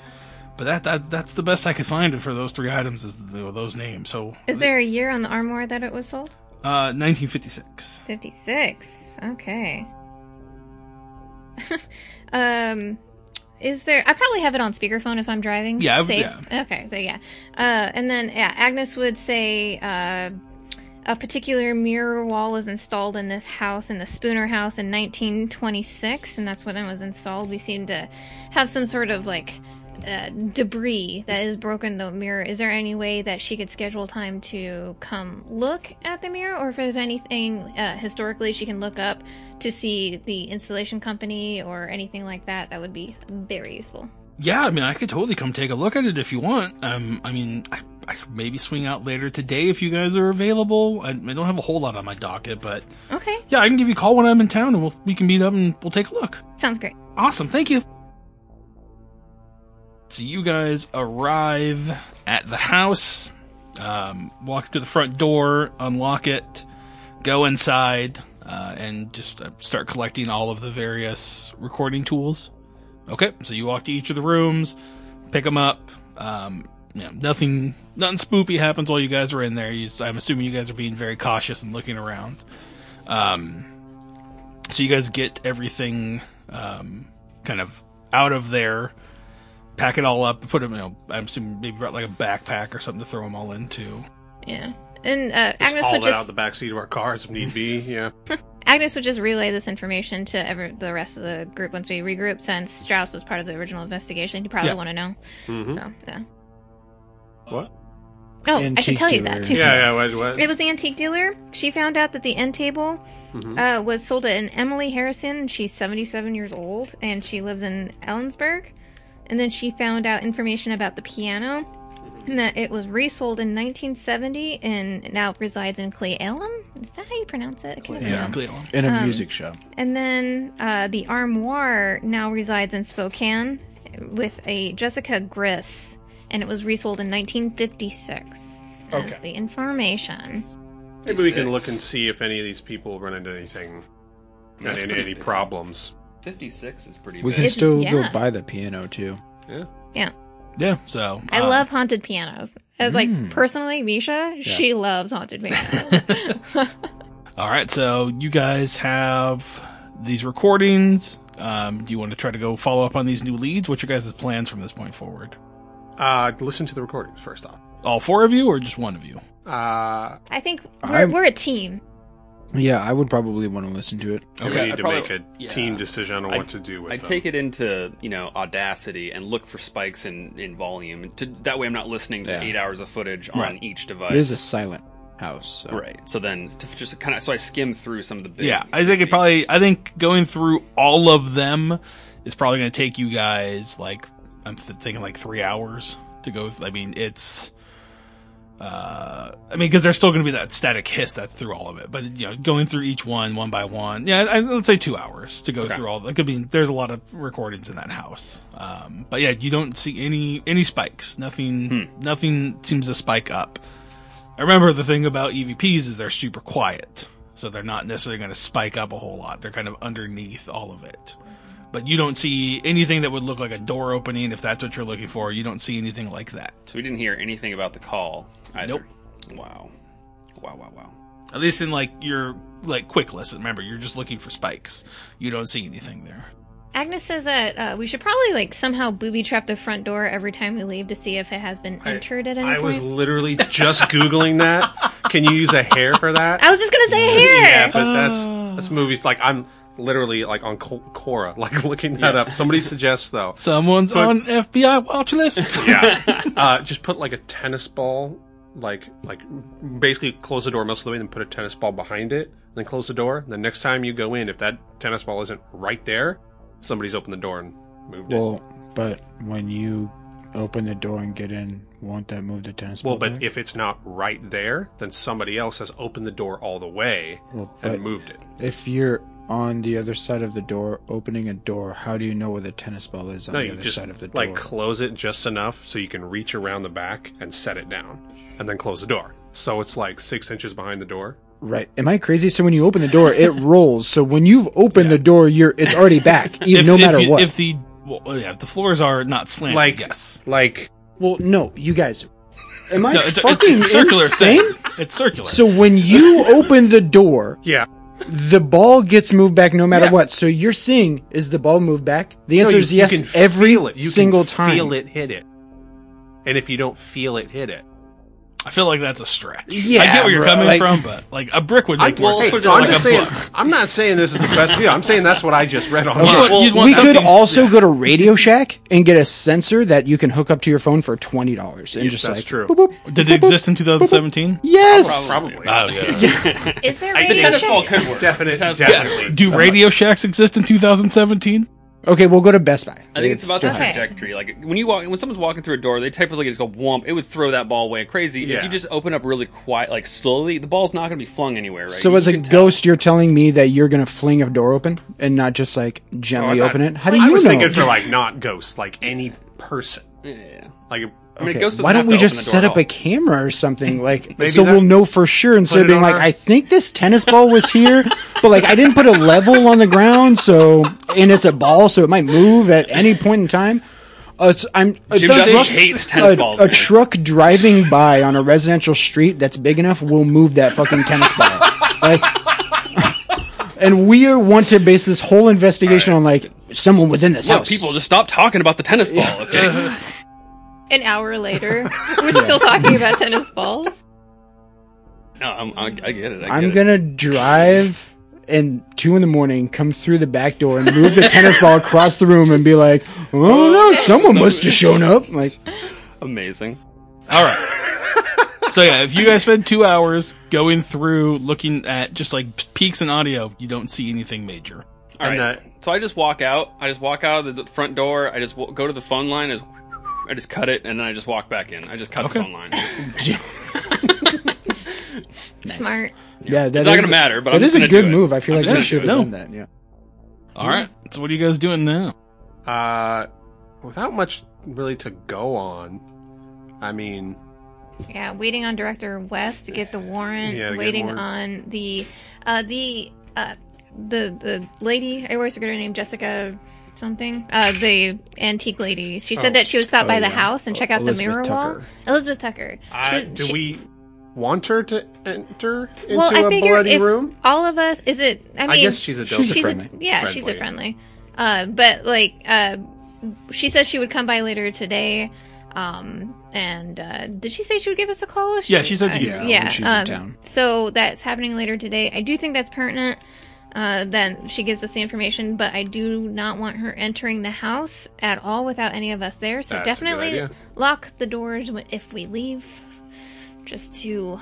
G: but that, that that's the best I could find for those three items is the, those names. So
D: Is there a year on the armor that it was sold?
G: Uh, 1956.
D: 56. Okay. um is there I probably have it on speakerphone if I'm driving.
G: Yeah, I would-
D: Safe. Okay, so yeah. Uh and then yeah, Agnes would say uh a particular mirror wall was installed in this house in the Spooner house in 1926 and that's when it was installed. We seem to have some sort of like uh, debris that has broken the mirror. Is there any way that she could schedule time to come look at the mirror, or if there's anything uh, historically she can look up to see the installation company or anything like that? That would be very useful.
G: Yeah, I mean, I could totally come take a look at it if you want. Um, I mean, I, I could maybe swing out later today if you guys are available. I, I don't have a whole lot on my docket, but
D: Okay,
G: yeah, I can give you a call when I'm in town, and we'll we can meet up and we'll take a look.
D: sounds great.
G: Awesome, thank you. So you guys arrive at the house, um, walk to the front door, unlock it, go inside, uh, and just uh, start collecting all of the various recording tools. Okay, so you walk to each of the rooms, pick them up. Um, you know, nothing, nothing spoopy happens while you guys are in there. You, s- I'm assuming you guys are being very cautious and looking around. Um, so you guys get everything um, kind of out of there, pack it all up, put them. You know, I'm assuming maybe brought like a backpack or something to throw them all into.
D: Yeah, and uh,
C: Just
D: Agnes
C: haul
D: would
C: that
D: just
C: out of the back seat of our cars if need be. Yeah.
D: Agnes would just relay this information to ever, the rest of the group once we regroup, since Strauss was part of the original investigation. You probably
G: Yeah.
D: want to know.
C: Mhm.
D: So yeah.
C: What?
D: Oh, I should tell you that
F: Antiquary.
D: too.
C: Yeah. Yeah. What, what?
D: It was the antique dealer. She found out that the end table uh, was sold to an Emily Harrison. She's 77 years old and she lives in Ellensburg. And then she found out information about the piano and that it was resold in 1970 and now resides in Cle Elum. Is that how you pronounce it? I can't remember.
F: in a music show.
D: And then uh, the Armoire now resides in Spokane with a Jessica Griss, and it was resold in 1956. That's
C: Okay.
D: the information.
C: Maybe we can
E: Six.
C: look and see if any of these people run into anything,
E: That's
C: any,
E: pretty
C: any
E: big.
C: problems.
E: 56 is pretty
F: We
E: big.
F: can
D: It's-
F: still
D: yeah.
F: go buy the piano too.
C: Yeah.
D: Yeah.
G: Yeah. So
D: I
C: Ah.
G: uh,
D: love haunted pianos. As
C: Hmm.
D: like personally, Misha, she loves haunted pianos.
G: All right. So you guys have these recordings. Um, do you want to try to go follow up on these new leads? What's your guys' plans from this point forward?
C: Uh, listen to the recordings first off.
G: All four of you, or just one of you?
C: Uh,
D: I think we're,
F: I'm-
D: we're a team.
F: Yeah, I would probably want to listen to it.
C: and
E: Okay,
C: we need
E: I
C: to
E: probably-
C: make a
E: yeah.
C: team decision on
E: I-
C: what to do with um,
E: I
C: them.
E: take it into you know Audacity and look for spikes in in volume. To, that way, I'm not listening to
F: Yeah.
E: eight hours of footage on each device.
F: It is a silent house. So.
E: right. So then, to just kind of so I skim through some of the big
G: yeah, I think it probably. I think going through all of them is probably going to take you guys like I'm th- thinking like three hours to go. I mean, it's. Uh, I mean, because there's still going to be that static hiss that's through all of it, but you know, going through each one one by one, yeah, I, let's say two hours to go through all. That could be. There's a lot of recordings in that house, um, but yeah, you don't see any any spikes. Nothing. Nothing seems to spike up. I remember the thing about EVPs is they're super quiet, so they're not necessarily going to spike up a whole lot. They're kind of underneath all of it. But you don't see anything that would look like a door opening if that's what you're looking for. You don't see anything like that.
E: So we didn't hear anything about the call. Either.
G: Nope.
E: Wow. Wow. Wow. Wow.
G: At least in like your like quick listen. Remember, you're just looking for spikes. You don't see anything there.
D: Agnes says that uh, we should probably like somehow booby trap the front door every time we leave to see if it has been entered at any
C: I
D: point.
C: was literally just googling that. Can you use a hair for that?
D: I was just gonna say hair.
C: Yeah, but that's that's movies like I'm literally like on Cor- Cora, like looking that up. Somebody suggests though.
G: Someone's on FBI watch list.
C: Yeah, uh, just put like a tennis ball, like like basically close the door most of the way, then put a tennis ball behind it, then close the door. The next time you go in, if that tennis ball isn't right there, somebody's opened the door and moved it.
F: Well, but when you open the door and get in, won't that move the tennis
C: Well,
F: ball?
C: but
F: there?
C: if it's not right there, then somebody else has opened the door all the way
F: Well,
C: and
F: but-
C: moved it.
F: if you're on the other side of the door, opening a door, how do you know where the tennis ball is on
C: No,
F: the
C: you
F: other
C: just
F: side of the door?
C: like close it just enough so you can reach around the back and set it down, and then close the door. So it's like six inches behind the door.
F: right? Am I crazy? So when you open the door, it rolls. So when you've opened the door, you're it's already back, even no matter
G: you-
F: what.
G: If the well, oh, yeah, if the floors are not slanted,
C: Like-
G: yes.
C: Like
F: well, no, you guys, am I
G: No, it's,
F: fucking
G: it's, it's a circular
F: insane?
G: thing. It's circular.
F: So when you open the door,
C: yeah,
F: the ball gets moved back no matter
G: Yeah.
F: what. So you're seeing is the ball moved back? The
C: No,
F: answer
C: you-
F: is
C: you
F: yes
C: can
F: every
C: feel it. You can
F: single time.
C: Feel it, hit it. And if you don't feel it, hit it.
G: I feel like that's a stretch.
F: Yeah,
G: I get where you're
F: bro,
G: coming
F: like-
G: from, but like a brick would make more
E: well,
G: sense.
E: put it
G: Like
C: I'm just
G: a
C: saying.
G: book.
C: I'm not saying this is the best deal. I'm saying that's what I just read on.
G: You'd want-
E: well,
G: you'd want
F: we could
G: something-
F: also go to Radio Shack and get a sensor that you can hook up to your phone for twenty dollars and just
C: that's
F: like
C: true.
F: boop, boop,
G: Did
F: boop,
G: it
F: boop.
G: exist in 2017?
F: Yes.
E: Probably.
G: Oh yeah.
D: Is there
E: The
D: radio
E: tennis
D: shows?
E: ball could work.
C: Definite,
E: Sounds-
C: definitely.
G: Do Radio Shacks exist in 2017?
F: Okay, we'll go to Best Buy.
E: I think it's, about the
F: still
D: Okay.
F: happening.
E: trajectory. Like when you walk, when someone's walking through a door, they typically just go whomp. It would throw that ball away crazy. If
C: Yeah.
E: you just open up really quiet, like slowly, the ball's not going to be flung anywhere. Right.
F: So
E: You
F: as a
E: can tell.
F: ghost, you're telling me that you're gonna fling a door open and not just like gently
C: Oh, I thought-
F: open it? How do
C: I
F: you
C: was
F: know?
C: thinking for like not ghosts, like any person.
E: Yeah, yeah, yeah.
C: Like
E: I mean, a
F: Okay,
E: ghost doesn't
F: Why
E: have
F: don't
E: to
F: we
E: open
F: just
E: the door
F: set
E: at
F: up a
E: all.
F: camera or something like
C: Maybe
F: so
C: that-
F: we'll know for sure instead of
C: it
F: being
C: on
F: like
C: our-
F: I think this tennis ball was here but like I didn't put a level on the ground so and it's a ball so it might move at any point in time. Uh, it's- I'm a
E: Jim
F: truck-
E: Dutton hates tennis
F: a-
E: balls,
F: A
E: man.
F: truck driving by on a residential street that's big enough will move that fucking tennis ball. Like, and we are want to base this whole investigation on like someone was in this
E: Look,
F: house.
E: people, just stop talking about the tennis ball. Okay.
D: An hour later, we're still talking about tennis balls.
E: no, I'm, I, I get it. I
F: I'm
E: get it.
F: gonna drive and two in the morning, come through the back door and move the tennis ball across the room and be like, "Oh no, someone must have shown up." Like,
E: Amazing.
G: All right. so yeah, if you guys spend two hours going through looking at just like peaks in audio, you don't see anything major.
E: All right.
C: And, uh,
E: so I just walk out. I just walk out of the, the front door. I just w- go to the phone line. I just I just cut it and then I just walk back in. I just cut
G: Okay.
E: the phone line. It's
D: Smart.
F: Yeah, that's
E: not gonna matter, but
F: that
E: I'm
F: is
E: just
F: a
E: gonna
F: good
E: do it.
F: move. I feel like
E: just
F: I
E: gonna
F: should have
G: do it.
F: done that. Yeah.
G: All right. So what are you guys doing now?
C: Uh, without much really to go on. I mean,
D: Yeah, waiting on Director West to get the warrant.
C: Yeah, to get
D: waiting
C: warrant.
D: on the uh, the uh, the the lady. I always forget her name, Jessica something. Uh, the antique lady. She said
C: Oh.
D: that she would stop
F: Oh,
D: by the
F: yeah.
D: house and check out
F: Elizabeth
D: the mirror wall.
F: Tucker.
D: Elizabeth Tucker.
C: I,
D: She-
C: do
D: she-
C: we want her to enter into
D: Well, I
C: a
D: figure
C: bloody
D: if
C: room?
D: all of us is it. I mean,
C: I guess she's a
F: she's a
C: Delta
F: friendly.
D: yeah, she's a friendly. Uh, but like, uh, she said she would come by later today. Um, and uh, did she say she would give us a call? If
G: Yeah, she said
D: uh,
G: to give- Yeah,
F: when she's in town.
D: So that's happening later today. I do think that's pertinent. Uh, then she gives us the information, but I do not want her entering the house at all without any of us there. So
C: That's a good
D: definitely
C: idea.
D: lock the doors wh- if we leave, just to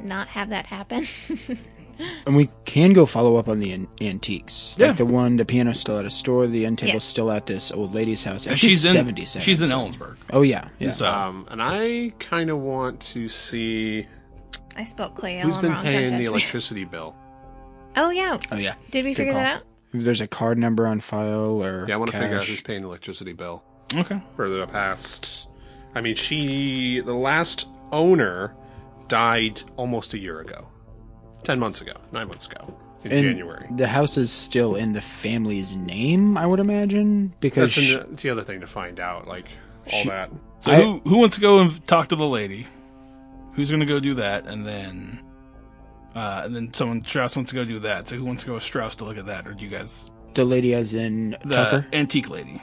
D: not have that happen.
F: And we can go follow up on the an- antiques.
G: Yeah.
F: Like the one, the piano's still at a store, the end table's
D: Yeah.
F: still at this old lady's house.
G: And
F: And she's,
G: in
F: 77.
G: She's in Ellensburg.
F: Oh, yeah. Yeah.
E: uh,
G: So
C: Um, and I kind of want to see
D: I spoke Clay
C: who's
D: Allen
C: been
D: wrong. Don't
C: paying
D: judge
C: the
D: me.
C: electricity bill.
D: Oh yeah,
F: Oh, yeah.
D: did we
F: Good
D: figure
F: call.
D: that out?
F: If there's a card number on file or.
C: Yeah, I want to figure out
F: cash.
C: who's paying the electricity bill.
G: okay.
C: Further past, I mean, she the last owner died almost a year ago, ten months ago, nine months ago in
F: And
C: January.
F: The house is still in the family's name, I would imagine. Because
C: That's
F: she,
C: an, it's the other thing to find out, like all
F: She-
C: that.
G: So
F: I-
G: who who wants to go and talk to the lady? Who's gonna go do that? And then, uh, and then someone Strauss wants to go do that. So who wants to go with Strauss to look at that, or do you guys
F: the lady as in
G: the
F: Tucker.
G: antique lady?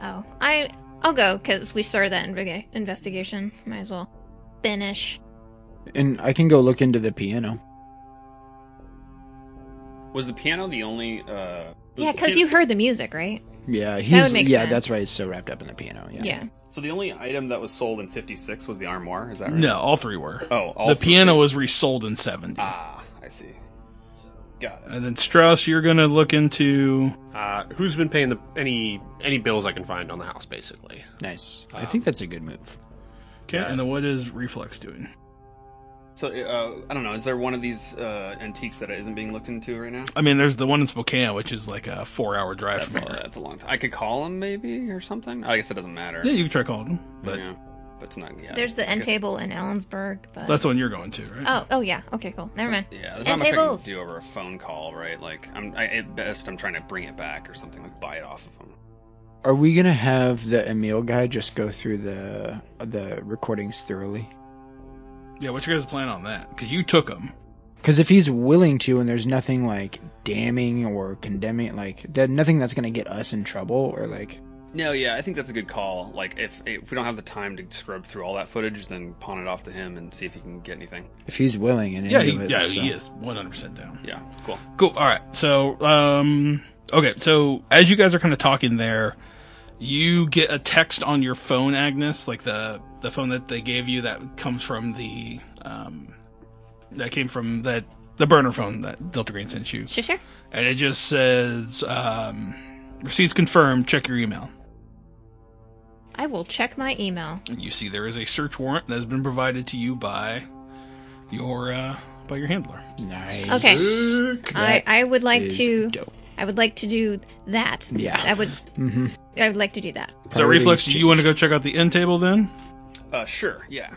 D: Oh, I I'll go because we started that inve- investigation. Might as well finish.
F: And I can go look into the piano.
E: Was the piano the only? Uh, was
D: Yeah,
E: the
D: because
E: pian-
D: you heard the music, right?
F: Yeah, he's
D: make
F: yeah.
D: sense.
F: That's why he's so wrapped up in the piano. Yeah,
D: Yeah.
E: So the only item that was sold in '56 was the armoire. Is that right?
G: No, all three were.
E: Oh, all
G: the
E: three.
G: piano was resold in seventy.
E: Ah, I see. Got it.
G: And then Strauss, you're gonna look into.
C: Uh, who's been paying the any any bills I can find on the house, basically.
F: nice. I think that's a good move.
G: Okay. And then what is Reflex doing?
E: So uh, I don't know. Is there one of these uh, antiques that isn't being looked into right now?
G: I mean, there's the one in Spokane, which is like a four-hour drive
E: That's a,
G: from here.
E: that's a long time. I could call him maybe or something. I guess it doesn't matter.
G: Yeah, you can try calling them, but
E: yeah, but it's not. Yeah,
D: There's the end
E: Okay.
D: table in Ellensburg, but
G: that's the one you're going to, right?
D: oh oh yeah. Okay, cool. Never mind.
E: Yeah,
D: End
E: there's not much I
D: tables.
E: can do over a phone call, right? Like, I'm I, at best I'm trying to bring it back or something, like buy it off of him.
F: Are we gonna have the Emil guy just go through the the recordings thoroughly?
G: Yeah, what's your guys' plan on that? Because you took them.
F: Because if he's willing to, and there's nothing like damning or condemning, like that, nothing that's gonna get us in trouble or like.
E: No, yeah, I think that's a good call. Like, if if we don't have the time to scrub through all that footage, then pawn it off to him and see if he can get anything.
F: If he's willing and
G: Yeah,
F: into
G: he,
F: it,
G: yeah,
F: so-
G: he is 100% down.
E: Yeah, cool.
G: Cool. All right. So, um, okay. So as you guys are kind of talking there, you get a text on your phone, Agnes, like the the phone that they gave you that comes from the um, that came from that the burner phone that Delta Green sent you,
D: Sure, sure.
G: and it just says um, receipts confirmed. Check your email.
D: I will check my email.
G: And you see there is a search warrant that has been provided to you by your uh, by your handler.
F: Nice.
D: Okay. I
F: That
D: I would like
F: is
D: to
F: dope.
D: I would like to do that.
F: Yeah.
D: I would
F: Mm-hmm.
D: I would like to do that.
G: So, Reflex, do you want to go check out the end table then?
E: Uh, sure. Yeah.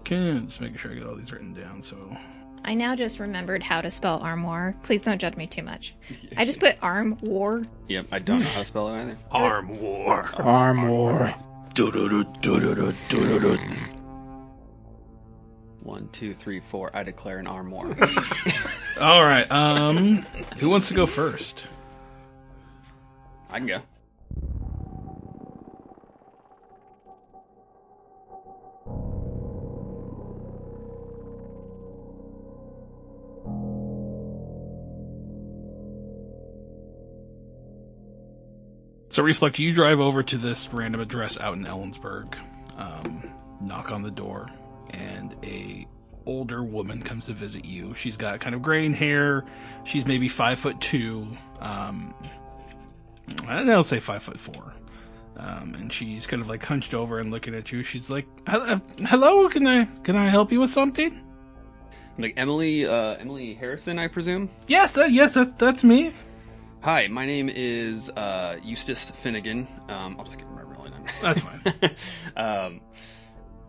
G: Okay, just making sure I get all these written down. So
D: I now just remembered how to spell armoire. Please don't judge me too much. I just put arm war.
E: Yep. I don't know how to spell it either.
C: Arm war.
F: arm war?
E: One, two, three, four. I declare an arm war.
G: All right. Um, who wants to go first?
E: I can go.
G: So, Reflect, you drive over to this random address out in Ellensburg, um, knock on the door, and a older woman comes to visit you. She's got kind of graying hair. She's maybe five foot two. Um, I'll say five foot four. Um, and she's kind of like hunched over and looking at you. She's like, "Hel- uh, "Hello, can I can I help you with something?"
E: I'm like Emily, uh, Emily Harrison, I presume.
G: Yes, that, yes, that, that's me.
E: Hi, my name is uh, Eustace Finnegan. Um, I'll just give him my real name.
G: That's fine.
E: um,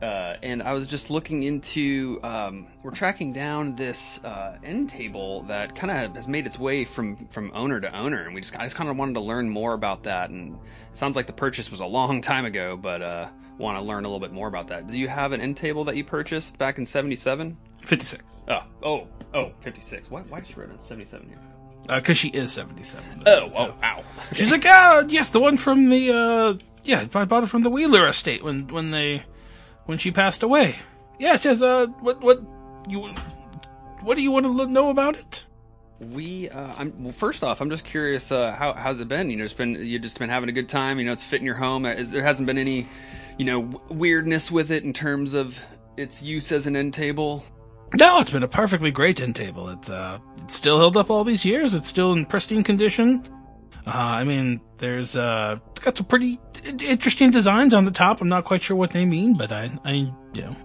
E: uh, and I was just looking into. Um, we're tracking down this uh, end table that kind of has made its way from from owner to owner, and we just I just kind of wanted to learn more about that. And it sounds like the purchase was a long time ago, but uh, want to learn a little bit more about that. Do you have an end table that you purchased back in '77?
G: Fifty-six.
E: Oh, oh, oh, 56. Why, why did you write it on 77 here?
G: Because Uh, she is seventy-seven.
E: Oh,
G: so-
E: oh, ow.
G: She's like, ah, yes, the one from the, uh, yeah, I bought it from the Wheeler estate when, when they, when she passed away. Yes, yes, uh, what, what, you, what do you want to lo- know about it?
E: We, uh, I'm well, first off, I'm just curious. Uh, how how's it been? You know, it's been you've just been having a good time. You know, it's fitting your home. Uh, Is, there hasn't been any, you know, w- weirdness with it in terms of its use as an end table.
G: No, it's been a perfectly great end table. It's, uh, it's still held up all these years. It's still in pristine condition. Uh, I mean, there's, uh, it's got some pretty i- interesting designs on the top. I'm not quite sure what they mean, but I, I, you know,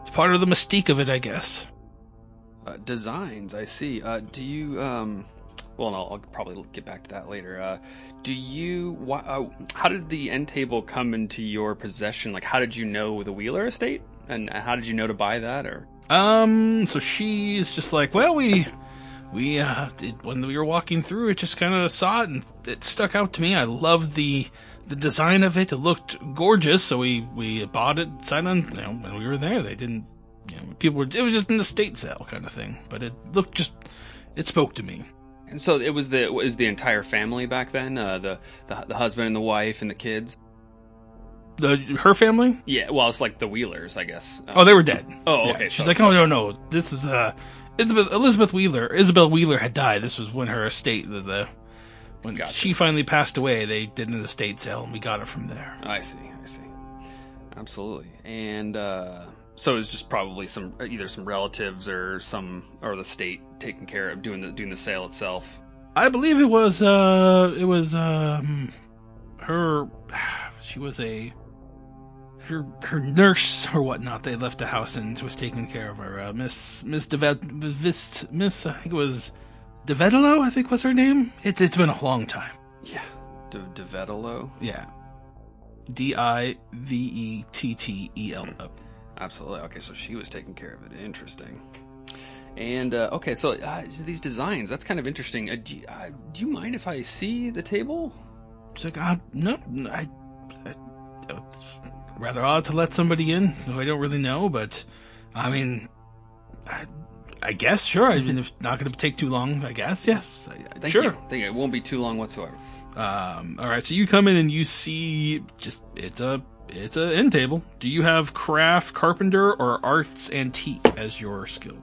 G: it's part of the mystique of it, I guess.
E: Uh, designs, I see. Uh, do you? Um, well, no, I'll probably get back to that later. Uh, do you? Why, uh, how did the end table come into your possession? Like, how did you know the Wheeler estate, and how did you know to buy that? Or
G: Um, so she's just like, well, we, we, uh, it, when we were walking through, it just kind of saw it and it stuck out to me. I loved the, the design of it. It looked gorgeous. So we, we bought it, signed on, you know, when we were there, they didn't, you know, people were, it was just an estate sale kind of thing, but it looked just, it spoke to me.
E: And so it was the it was the entire family back then, uh, the, the the husband and the wife and the kids.
G: The, her family?
E: Yeah, well, it's like the Wheelers, I guess. Uh,
G: Oh, they were dead.
E: Oh,
G: Yeah.
E: okay,
G: She's
E: so-
G: like, oh no, no, this is uh, Elizabeth, Elizabeth Wheeler. Isabel Wheeler had died. This was when her estate, the, the when
E: Gotcha.
G: she finally passed away, they did an estate sale, and we got it from there.
E: I see, I see, absolutely. And uh, so it's just probably some either some relatives or some or the state taking care of doing the doing the sale itself.
G: I believe it was uh, it was um, her. She was a her her nurse or whatnot. They left the house and was taking care of her. Uh, Miss Miss Devet Miss Miss I think it was Devedelo. I think was her name. It, it's been a long time.
E: Yeah, De, DeVetolo.
G: Yeah. D I V E T T E L O.
E: Absolutely. Okay, so she was taking care of it. Interesting. And uh, okay, so, uh, so these designs—that's kind of interesting. Uh, do, you- uh, do you mind if I see the table?
G: It's like, uh, no, I, I. It's rather odd to let somebody in who I don't really know, but I mean, I, I guess, sure. I mean, if not going to take too long, I guess, yes. I- I-
E: Thank
G: sure.
E: You. Thank you. It won't be too long whatsoever.
G: Um, all right, so you come in and you see just it's a it's a end table. Do you have craft, carpenter, or arts antique as your skill?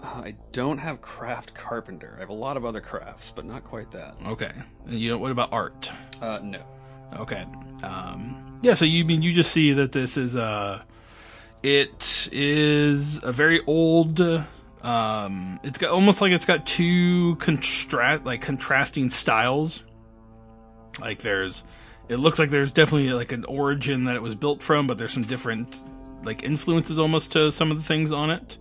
E: Uh, I don't have craft carpenter. I have a lot of other crafts, but not quite that.
G: Okay. And you what about art?
E: Uh, no.
G: Okay. Um, yeah. So you mean you just see that this is uh it is a very old. uh, Um, it's got almost like it's got two contrast like contrasting styles. Like there's, it looks like there's definitely like an origin that it was built from, but there's some different like influences almost to some of the things on it.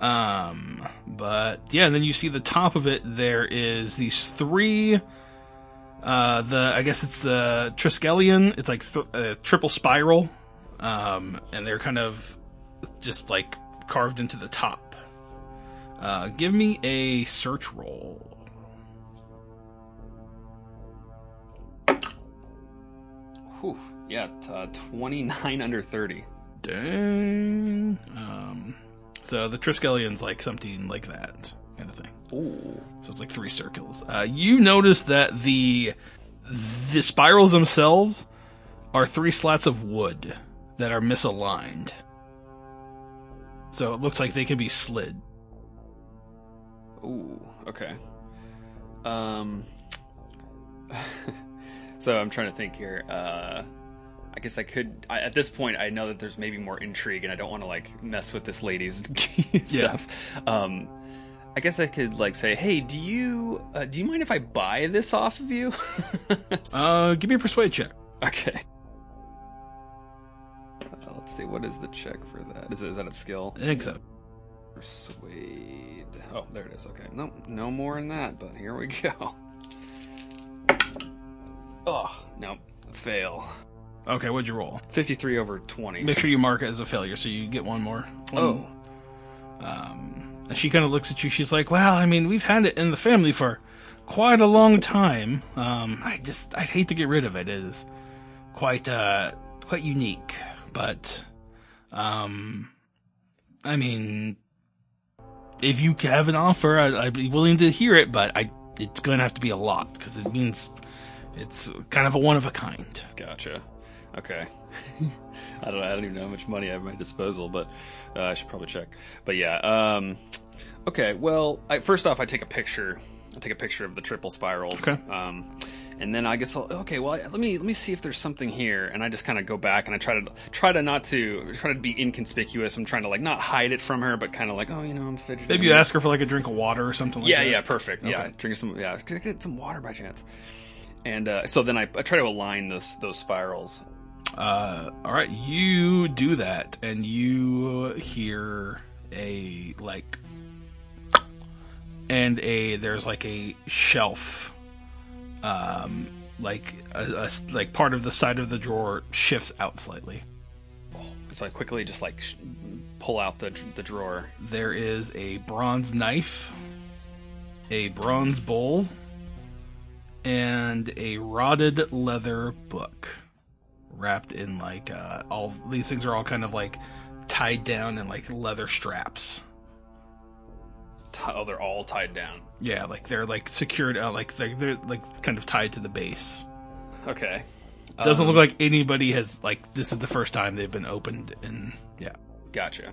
G: Um, but yeah, and then you see the top of it. There is these three uh, the I guess it's the Triskelion. It's like th- a triple spiral, um, and they're kind of just like carved into the top. Uh, give me a search roll.
E: Whew. Yeah, t- uh, 29 under 30.
G: Dang. Um, so the Triskelion's like something like that kind of thing.
E: Ooh.
G: So it's like three circles. Uh, you notice that the the spirals themselves are three slats of wood that are misaligned. So it looks like they can be slid.
E: Ooh. Okay. Um. so I'm trying to think here. Uh, I guess I could. I, at this point, I know that there's maybe more intrigue, and I don't want to like mess with this lady's stuff. Um. I guess I could like say, "Hey, do you uh, do you mind if I buy this off of you?"
G: Uh, give me a persuade check.
E: Okay. Uh, let's see. What is the check for that? Is, it, is that a skill?
G: I think so.
E: Persuade. Oh, there it is. Okay. No, no more in that. But here we go. Oh no, fail.
G: Okay, what'd you roll?
E: Fifty-three over twenty.
G: Make sure you mark it as a failure so you get one more.
E: Oh,
G: Um, and she kind of looks at you. She's like, "Well, I mean, we've had it in the family for quite a long time. Um, I just, I'd hate to get rid of it. It is quite, uh, quite unique. But, um, I mean, if you have an offer, I'd, I'd be willing to hear it. But I, it's going to have to be a lot because it means it's kind of a one of a kind.
E: Gotcha. Okay. I don't. I don't even know how much money I have at my disposal, but uh, I should probably check. But yeah. Um, okay. Well, I, first off, I take a picture. I take a picture of the triple spirals.
G: Okay.
E: Um, and then I guess I'll, okay. Well, I, let me let me see if there's something here. And I just kind of go back and I try to try to not to try to be inconspicuous. I'm trying to like not hide it from her, but kind of like oh, you know, I'm fidgeting.
G: Maybe you ask her for like a drink of water or something. like
E: Yeah,
G: that.
E: yeah, perfect. Yeah, drink some. Yeah, could I get some water by chance? And uh, so then I, I try to align those those spirals.
G: Uh, all right, you do that, and you hear a like, and a there's like a shelf, um, like a, a s- like part of the side of the drawer shifts out slightly.
E: So I quickly just like sh- pull out the the drawer.
G: There is a bronze knife, a bronze bowl, and a rotted leather book wrapped in like uh, all these things are all kind of like tied down in like leather straps.
E: Ti- Oh, they're all tied down.
G: Yeah, like they're like secured, uh, like they're, they're like kind of tied to the base.
E: Okay.
G: Doesn't
E: Um,
G: look like anybody has like this is the first time they've been opened in. Yeah,
E: Gotcha.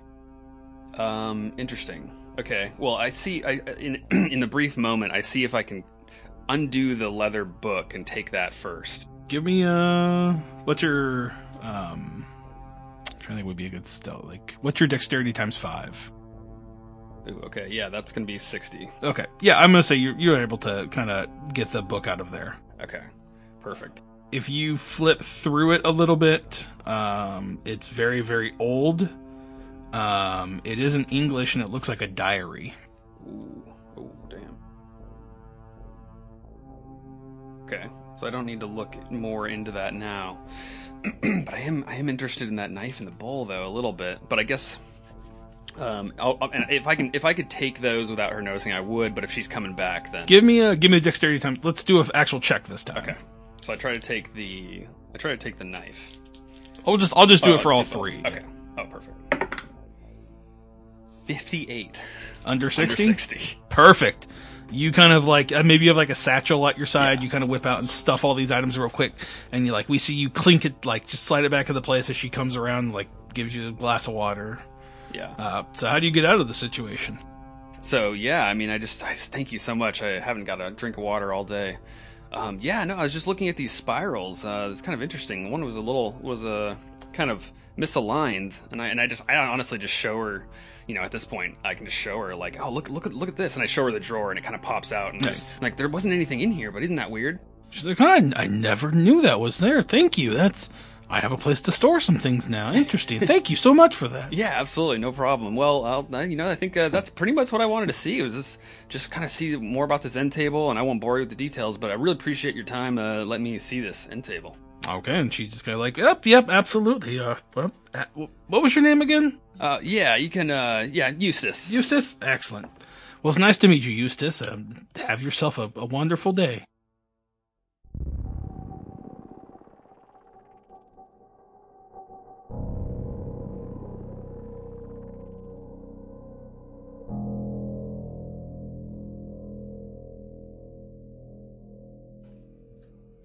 E: Um, interesting. Okay. Well, I see. I in in the brief moment, I see if I can undo the leather book and take that first.
G: give me uh, what's your um, I'm trying to think would be a good stealth. Like, what's your dexterity times five?
E: Ooh, okay. Yeah, that's gonna be sixty.
G: Okay, yeah, I'm gonna say you're you're able to kind of get the book out of there.
E: Okay. Perfect.
G: if you flip through it a little bit, um, it's very, very old. Um, it is in English and it looks like a diary.
E: Ooh. Oh, damn. Okay. So I don't need to look more into that now. but I am I am interested in that knife in the bowl though a little bit. But I guess um I'll, I'll- and if I can if I could take those without her noticing I would, but if she's coming back then
G: Give me a give me a dexterity time. Let's do an actual check this time.
E: Okay. So I try to take the I try to take the knife.
G: I'll just I'll just do
E: Oh,
G: it for all
E: take both.
G: three.
E: Okay. Oh, perfect. 58.
G: Under
E: Under
G: 60?
E: 60.
G: Perfect. You kind of like uh, maybe you have like a satchel at your side. You kind of whip out and stuff all these items real quick, and you like we see you clink it like just slide it back into place as she comes around, and, like gives you a glass of water.
E: Yeah.
G: Uh, so how do you get out of the situation?
E: So yeah, I mean, I just, I just thank you so much. I haven't got a drink of water all day. Um, yeah, no, I was just looking at these spirals. Uh, it's kind of interesting. One was a little was a kind of misaligned, and I and I just I honestly just show her. You know, at this point, I can just show her like, oh look look at look at this, and I show her the drawer, and it kind of pops out, and
G: Nice.
E: there's- like there wasn't anything in here, but isn't that weird?
G: She's like, I, I never knew that was there. Thank you. That's I have a place to store some things now. Interesting. Thank you so much for that.
E: Yeah, absolutely, no problem. Well, I'll, I- you know, I think uh, that's pretty much what I wanted to see. Was this just kind of see more about this end table, and I won't bore you with the details, but I really appreciate your time uh, letting me see this end table.
G: Okay, and she's just kind of like, yep, yep, absolutely. Uh, well, uh, what was your name again?
E: Uh, yeah, you can. Uh, yeah, Eustace.
G: Eustace. Excellent. Well, it's nice to meet you, Eustace. Um, have yourself a, a wonderful day.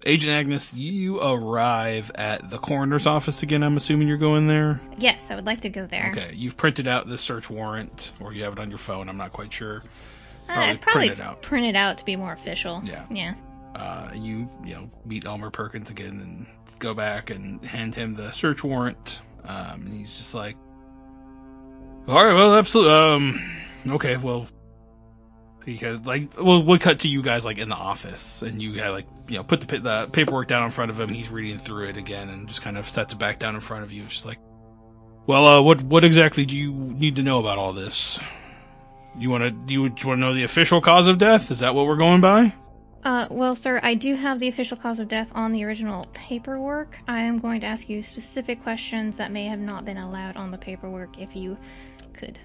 G: Agent Agnes, you arrive at the coroner's office again. I'm assuming you're going there.
D: Yes, I would like to go there.
G: Okay, you've printed out the search warrant, or you have it on your phone. I'm not quite sure.
D: Uh,
G: Probably
D: I'd probably
G: print it out.
D: print it out to be more official.
G: Yeah.
D: Yeah.
G: Uh, you you know meet Elmer Perkins again and go back and hand him the search warrant. Um, and he's just like, "All right, well, absolutely. Um, okay, well." Because like, well, we'll cut to you guys like in the office, and you have like you know, put the, pa- the paperwork down in front of him, and he's reading through it again, and just kind of sets it back down in front of you. It's just like, well, uh, what what exactly do you need to know about all this? You want to do you, want to know the official cause of death? Is that what we're going by?
D: Uh, well, sir, I do have the official cause of death on the original paperwork. I am going to ask you specific questions that may have not been allowed on the paperwork if you could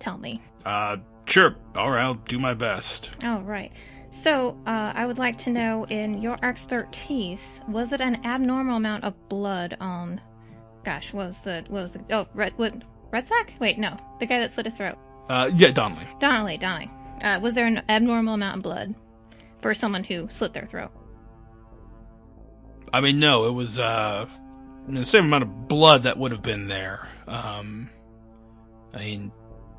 D: tell me.
G: Uh, sure. All right, I'll do my best.
D: All right. So, uh, I would like to know, in your expertise, was it an abnormal amount of blood on? Gosh, what was the what was the oh red what red sack? Wait, no, the guy that slit his throat.
G: Uh, yeah, Donnelly.
D: Donnelly, Donnelly. Uh, was there an abnormal amount of blood for someone who slit their throat?
G: I mean, no, it was uh, the same amount of blood that would have been there. Um, I mean,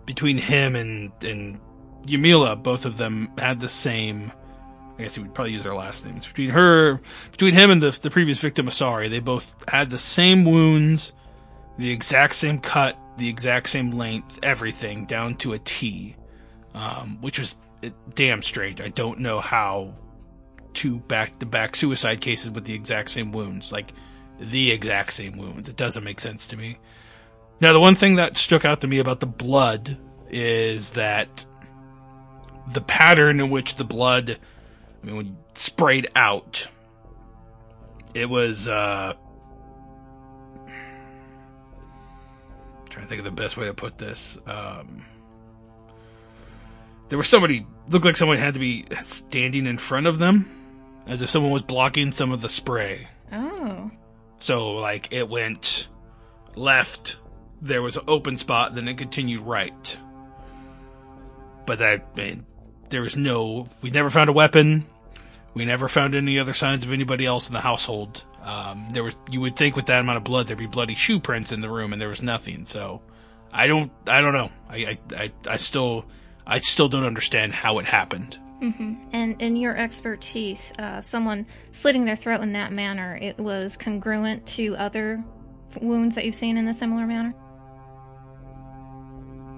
G: between him and and Yamila, both of them had the same. I guess he would probably use their last names. Between her, between him and the the previous victim, Asari, they both had the same wounds, the exact same cut, the exact same length, everything down to a T, um, which was eh, damn strange. I don't know how two back to back suicide cases with the exact same wounds. Like, the exact same wounds. It doesn't make sense to me. Now, the one thing that stuck out to me about the blood is that the pattern in which the blood, I mean, when sprayed out, it was, uh, trying to think of the best way to put this. Um, there was somebody looked like someone had to be standing in front of them as if someone was blocking some of the spray
D: Oh,
G: so like it went left there was an open spot then it continued right but that I mean, there was no we never found a weapon we never found any other signs of anybody else in the household um, there was you would think with that amount of blood there'd be bloody shoe prints in the room and there was nothing so i don't i don't know i i i, I still i still don't understand how it happened
D: And in your expertise, uh, someone slitting their throat in that manner, it was congruent to other f- wounds that you've seen in a similar manner?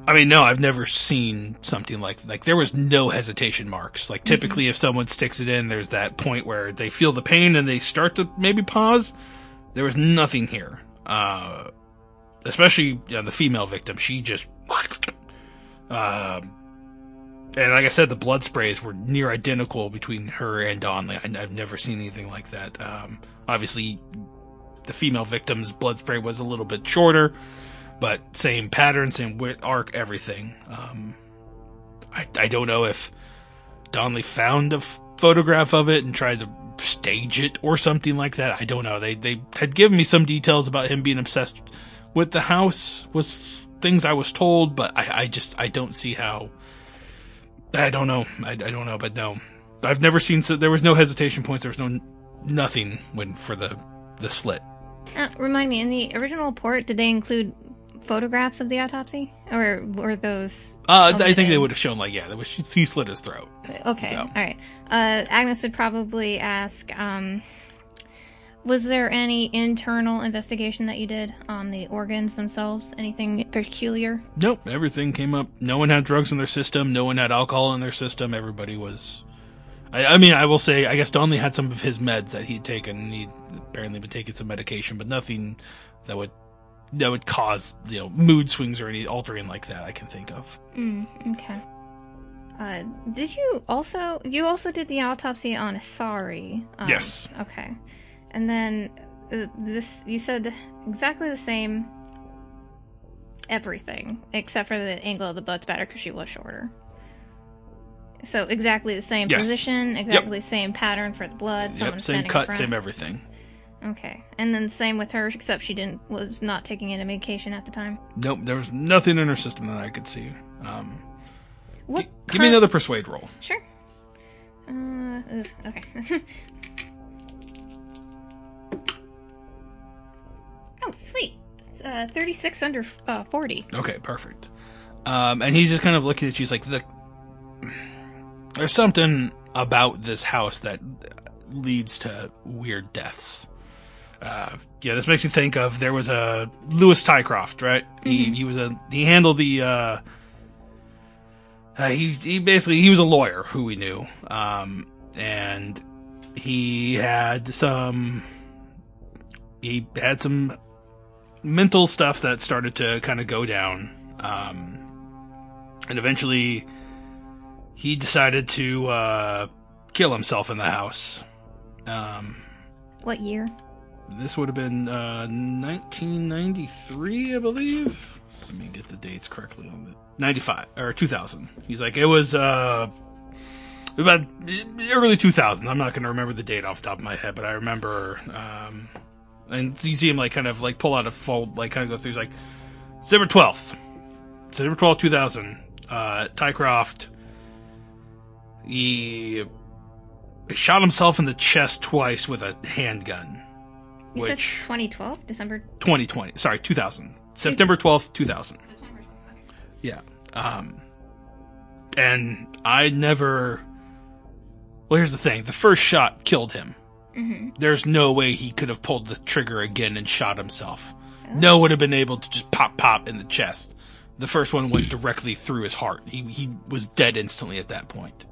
G: I mean, no, I've never seen something like like there was no hesitation marks. Like typically, if someone sticks it in, there's that point where they feel the pain and they start to maybe pause. There was nothing here, uh, especially you know, the female victim. She just, um, and like I said, the blood sprays were near identical between her and Donnelly. I, I've never seen anything like that. Um, obviously, the female victim's blood spray was a little bit shorter but same patterns and wi- arc everything. Um, I, I don't know if Donnelly found a f- photograph of it and tried to stage it or something like that. I don't know. They they had given me some details about him being obsessed with the house was things I was told, but I, I just I don't see how. I don't know. I, I don't know, but no, I've never seen. So there was no hesitation points. There was no n- nothing when for the the slit.
D: Uh, remind me, in the original report, did they include photographs of the autopsy? Or were those.
G: Uh,
D: Oh,
G: I think
D: yeah.
G: they would have shown like yeah, there was he slit his throat.
D: Okay,
G: So.
D: all right. Uh, Agnes would probably ask um, Was there any internal investigation that you did on the organs themselves? Anything peculiar?
G: Nope, everything came up. No one had drugs in their system. No one had alcohol in their system. Everybody was. I, I mean, I will say, I guess Donnelly had some of his meds that he'd taken. and He'd apparently been taking some medication, but nothing that would that would cause you know mood swings or any altering like that. I can think of.
D: Mm, okay. Uh, did you also you also did the autopsy on Asari? Um,
G: Yes.
D: Okay, and then uh, this you said exactly the same everything except for the angle of the blood spatter because she was shorter. So exactly the same
G: Yes.
D: position, exactly the same pattern for the blood. someone
G: yep, same
D: standing in
G: cut,
D: front.
G: same everything.
D: Okay, and then same with her except she didn't was not taking any medication at the time.
G: Nope, there was nothing in her system that I could see. Um,
D: What?
G: give me
D: kind-
G: another persuade roll.
D: Sure. Uh, ugh, okay. oh, sweet. Uh, 36 under uh, 40.
G: Okay, perfect. Um, and he's just kind of looking at you. He's like, "Look, there's something about this house that leads to weird deaths." Uh, yeah, this makes me think of there was a Lewis Tycroft, right? He, he was a he handled the uh, uh, he he basically he was a lawyer who we knew, um, and he had some he had some mental stuff that started to kind of go down um, and eventually he decided to uh, kill himself in the house um,
D: What year?
G: this would have been uh, 1993, I believe. Let me get the dates correctly on that. 95 or 2000. He's like, it was uh, about early 2000. I'm not going to remember the date off the top of my head, but I remember. Um, and you see him like kind of like pull out a fold, like kind of go through. He's like, September 12th, September 12th, 2000. Uh, Tycroft. He shot himself in the chest twice with a handgun.
D: You
G: Which-
D: said 2012, December.
G: 2020. Sorry, 2000. September 12th, 2000. Yeah. Um, and I never. Well, here's the thing the first shot killed him. There's no way he could have pulled the trigger again and shot himself. No one would have been able to just pop, pop in the chest. The first one went directly through his heart. He, he was dead instantly at that point.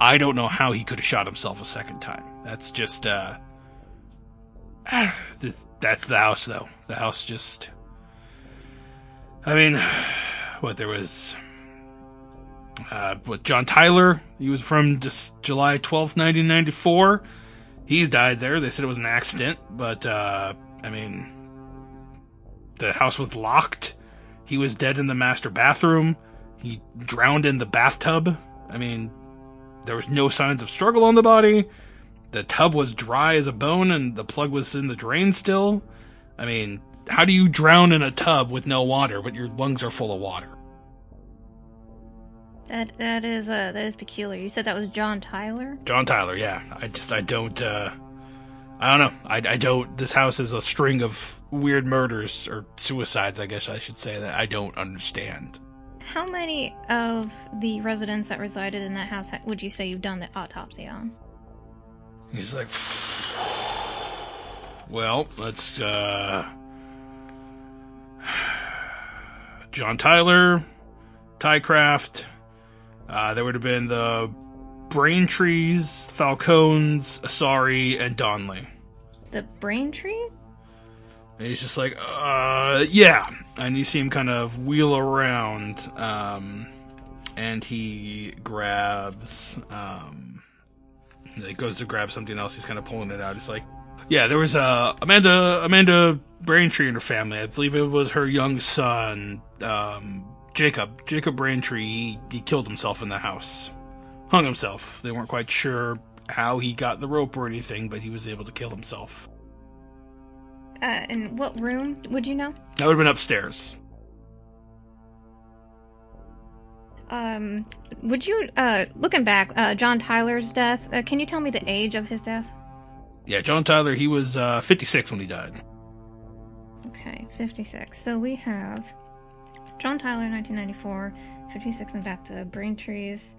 G: I don't know how he could have shot himself a second time. That's just, uh, this, that's the house though the house just i mean what there was uh what john tyler he was from just july 12th 1994 he died there they said it was an accident but uh i mean the house was locked he was dead in the master bathroom he drowned in the bathtub i mean there was no signs of struggle on the body the tub was dry as a bone and the plug was in the drain still. I mean, how do you drown in a tub with no water but your lungs are full of water?
D: That that is uh that is peculiar. You said that was John Tyler.
G: John Tyler, yeah. I just I don't uh I don't know. I, I don't this house is a string of weird murders or suicides, I guess I should say that I don't understand.
D: How many of the residents that resided in that house ha- would you say you've done the autopsy on?
G: He's like Well, let's uh John Tyler, Tycraft. Uh, there would have been the Braintrees, Falcones, Asari, and Donley.
D: The brain trees?
G: And he's just like, uh, yeah. And you see him kind of wheel around, um, and he grabs, um, he goes to grab something else. He's kind of pulling it out. He's like, yeah, there was, uh, Amanda, Amanda Braintree and her family. I believe it was her young son, um, Jacob. Jacob Braintree, he, he killed himself in the house. Hung himself. They weren't quite sure how he got the rope or anything, but he was able to kill himself.
D: Uh, and what room would you know?
G: That would have been upstairs.
D: Um, would you uh looking back, uh, John Tyler's death? Uh, can you tell me the age of his death?
G: Yeah, John Tyler, he was uh, 56 when he died.
D: Okay, 56. So we have John Tyler, 1994, 56 and back to Braintree's.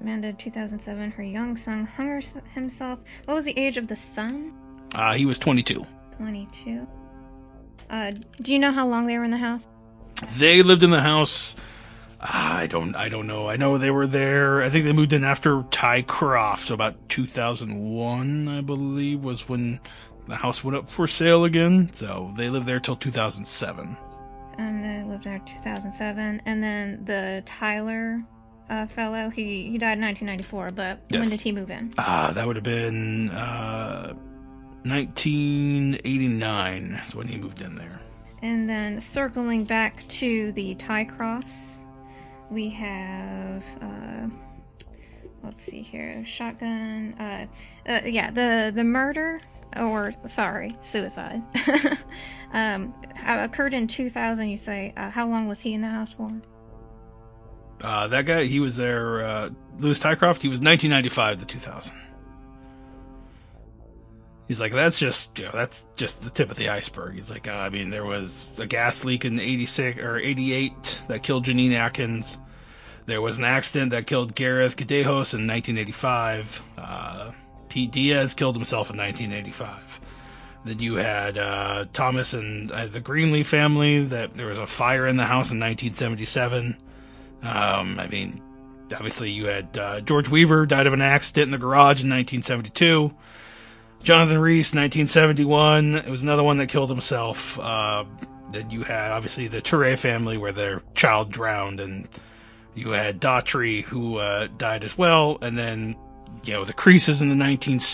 D: Amanda, 2007, her young son hung hers- himself. What was the age of the son?
G: Uh, he was 22.
D: 22. Uh, do you know how long they were in the house?
G: They lived in the house. I don't. I don't know. I know they were there. I think they moved in after Ty Croft, so about 2001, I believe, was when the house went up for sale again. So they lived there till 2007.
D: And they lived there 2007. And then the Tyler uh, fellow, he, he died in 1994, but
G: Yes.
D: when did he move in?
G: Ah, that would have been uh, 1989. Is when he moved in there.
D: And then circling back to the tie cross, we have uh, let's see here, shotgun. Uh, uh, yeah, the the murder or sorry, suicide um, uh, occurred in 2000. You say uh, how long was he in the house for?
G: Uh, that guy, he was there. Uh, Lewis Tycroft, he was 1995 to 2000. He's like, that's just, you know, that's just the tip of the iceberg. He's like, uh, I mean, there was a gas leak in 86 or 88 that killed Janine Atkins. There was an accident that killed Gareth Cadejos in 1985. Uh, Pete Diaz killed himself in 1985. Then you had uh, Thomas and uh, the Greenlee family. That there was a fire in the house in 1977. Um, I mean, obviously you had uh, George Weaver died of an accident in the garage in 1972. Jonathan Reese, 1971, it was another one that killed himself. Uh, then you had obviously the Touré family where their child drowned, and you had Daughtry who uh, died as well, and then you know the creases in the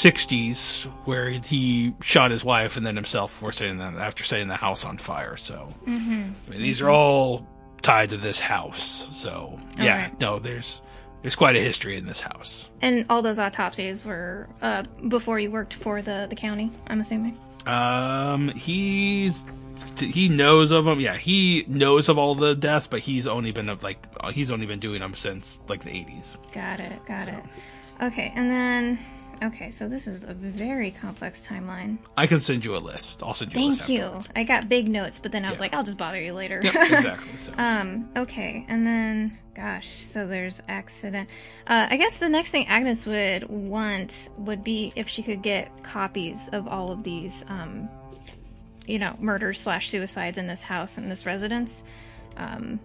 G: 1960s where he shot his wife and then himself for setting them after setting the house on fire. So I mean, these are all tied to this house. So yeah,
D: Alright.
G: no, there's there's quite a history in this house.
D: And all those autopsies were uh, before you worked for the, the county, I'm assuming.
G: Um, he's he knows of them. Yeah, he knows of all the deaths, but he's only been of like uh, he's only been doing them since like the 80s.
D: Got it, got it. Okay, and then. Okay, so this is a very complex timeline.
G: I can send you a list. I'll send you. a list
D: Thank you.
G: afterwards.
D: I got big notes, but then I was like, I'll just bother you later.
G: Yep, exactly. So.
D: Um, okay, and then gosh, so there's accident. Uh, I guess the next thing Agnes would want would be if she could get copies of all of these, um, you know, murders slash suicides in this house and this residence, um,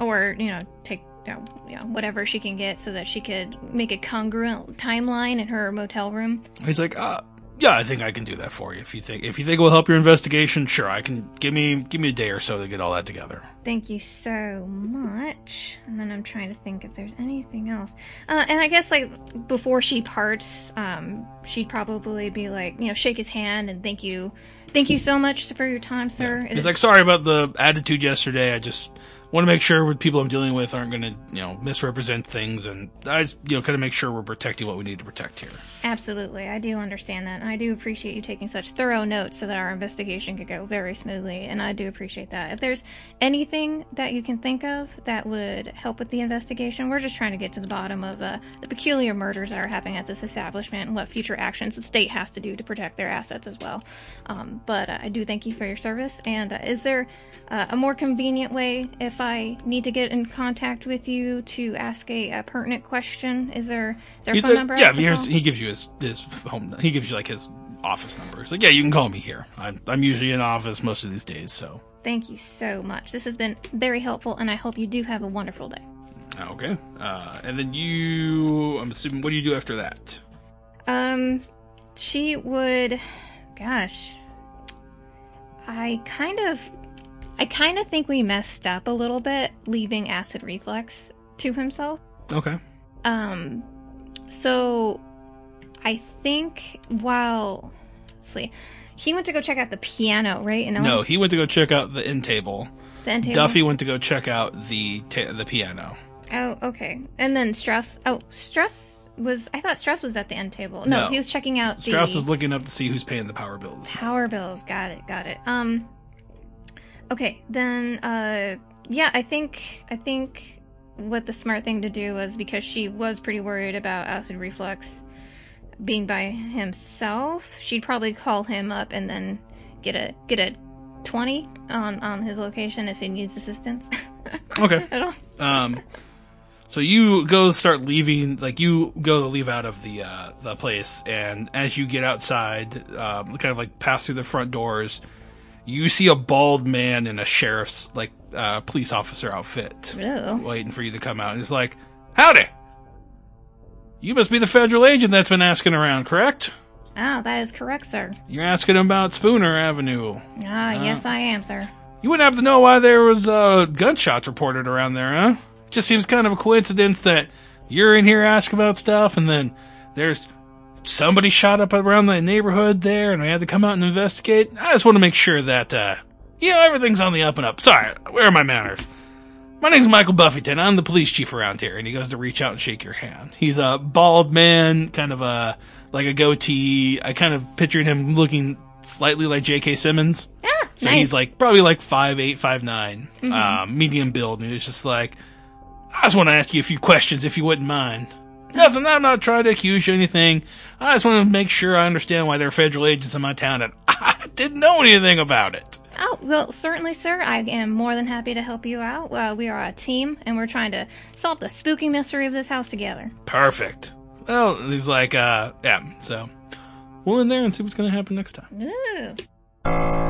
D: or you know, take you know, you know, whatever she can get so that she could make a congruent timeline in her motel room.
G: He's like, uh, yeah, I think I can do that for you. If you think if you think it will help your investigation, sure, I can. Give me give me a day or so to get all that together.
D: Thank you so much. And then I'm trying to think if there's anything else. Uh, and I guess like before she parts, um, she'd probably be like, you know, shake his hand and thank you, thank you so much for your time, sir. Is
G: He's
D: it-
G: like, sorry about the attitude yesterday. I just want to make sure what people I'm dealing with aren't going to you know misrepresent things, and I just, you know kind of make sure we're protecting what we need to protect here.
D: Absolutely, I do understand that. And I do appreciate you taking such thorough notes so that our investigation could go very smoothly, and I do appreciate that. If there's anything that you can think of that would help with the investigation, we're just trying to get to the bottom of uh, the peculiar murders that are happening at this establishment and what future actions the state has to do to protect their assets as well. Um, but uh, I do thank you for your service. And uh, is there uh, a more convenient way if I need to get in contact with you to ask a, uh pertinent question? Is there is there a
G: He's
D: phone
G: like,
D: number? I
G: yeah,
D: can
G: here's,
D: call?
G: he gives you his his home. He gives you like his office number. He's like, yeah, you can call me here. I'm I'm usually in office most of these days, so
D: Thank you so much. This has been very helpful, and I hope you do have a wonderful day.
G: okay. Uh, and then you, I'm assuming, what do you do after that?
D: Um, she would. Gosh. I kind of. I kind of think we messed up a little bit leaving acid reflux to himself.
G: Okay.
D: Um, so I think while. Let's see. He went to go check out the piano, right? And I
G: No,
D: went
G: he went to go check out the end table.
D: to the end table.
G: Duffy went to go check out the ta- the piano.
D: Oh, okay. And then Strauss. Oh, Strauss was. I thought Strauss was at the end table. No,
G: No.
D: he was checking out the
G: Strauss is looking up to see who's paying the power bills.
D: power bills. Got it. Got it. Um. Okay, then. Uh. Yeah, I think. I think what the smart thing to do was because she was pretty worried about acid reflux being by himself. She'd probably call him up and then get a get a twenty on on his location if he needs assistance.
G: Okay.
D: I don't.
G: Um, so you go start leaving, like you go to leave out of the uh, the place, and as you get outside, um, kind of like pass through the front doors, you see a bald man in a sheriff's like uh, police officer outfit
D: Ew.
G: waiting for you to come out, and he's like, "Howdy, you must be the federal agent that's been asking around, correct?
D: Ah, that is correct, sir.
G: You're asking about Spooner Avenue."
D: Ah, yes, I am, sir.
G: You wouldn't happen to know why there was uh, gunshots reported around there, huh? Just seems kind of a coincidence that you're in here asking about stuff, and then there's somebody shot up around the neighborhood there, and we had to come out and investigate. I just want to make sure that, uh, you know, everything's on the up and up. Sorry, where are my manners? My name's Michael Buffington. I'm the police chief around here, and he goes to reach out and shake your hand. He's a bald man, kind of a like a goatee. I kind of pictured him looking slightly like J.K. Simmons.
D: Ah,
G: So
D: nice.
G: he's like probably like five eight, five nine, um, medium build, and it's just like, I just want to ask you a few questions if you wouldn't mind. Nothing. I'm not trying to accuse you of anything. I just want to make sure I understand why there are federal agents in my town, and I didn't know anything about it.
D: Oh, well, certainly, sir. I am more than happy to help you out. Uh, we are a team, and we're trying to solve the spooky mystery of this house together.
G: Perfect. Well, he's like, uh, yeah. So we'll in there and see what's gonna happen next time.
D: Ooh.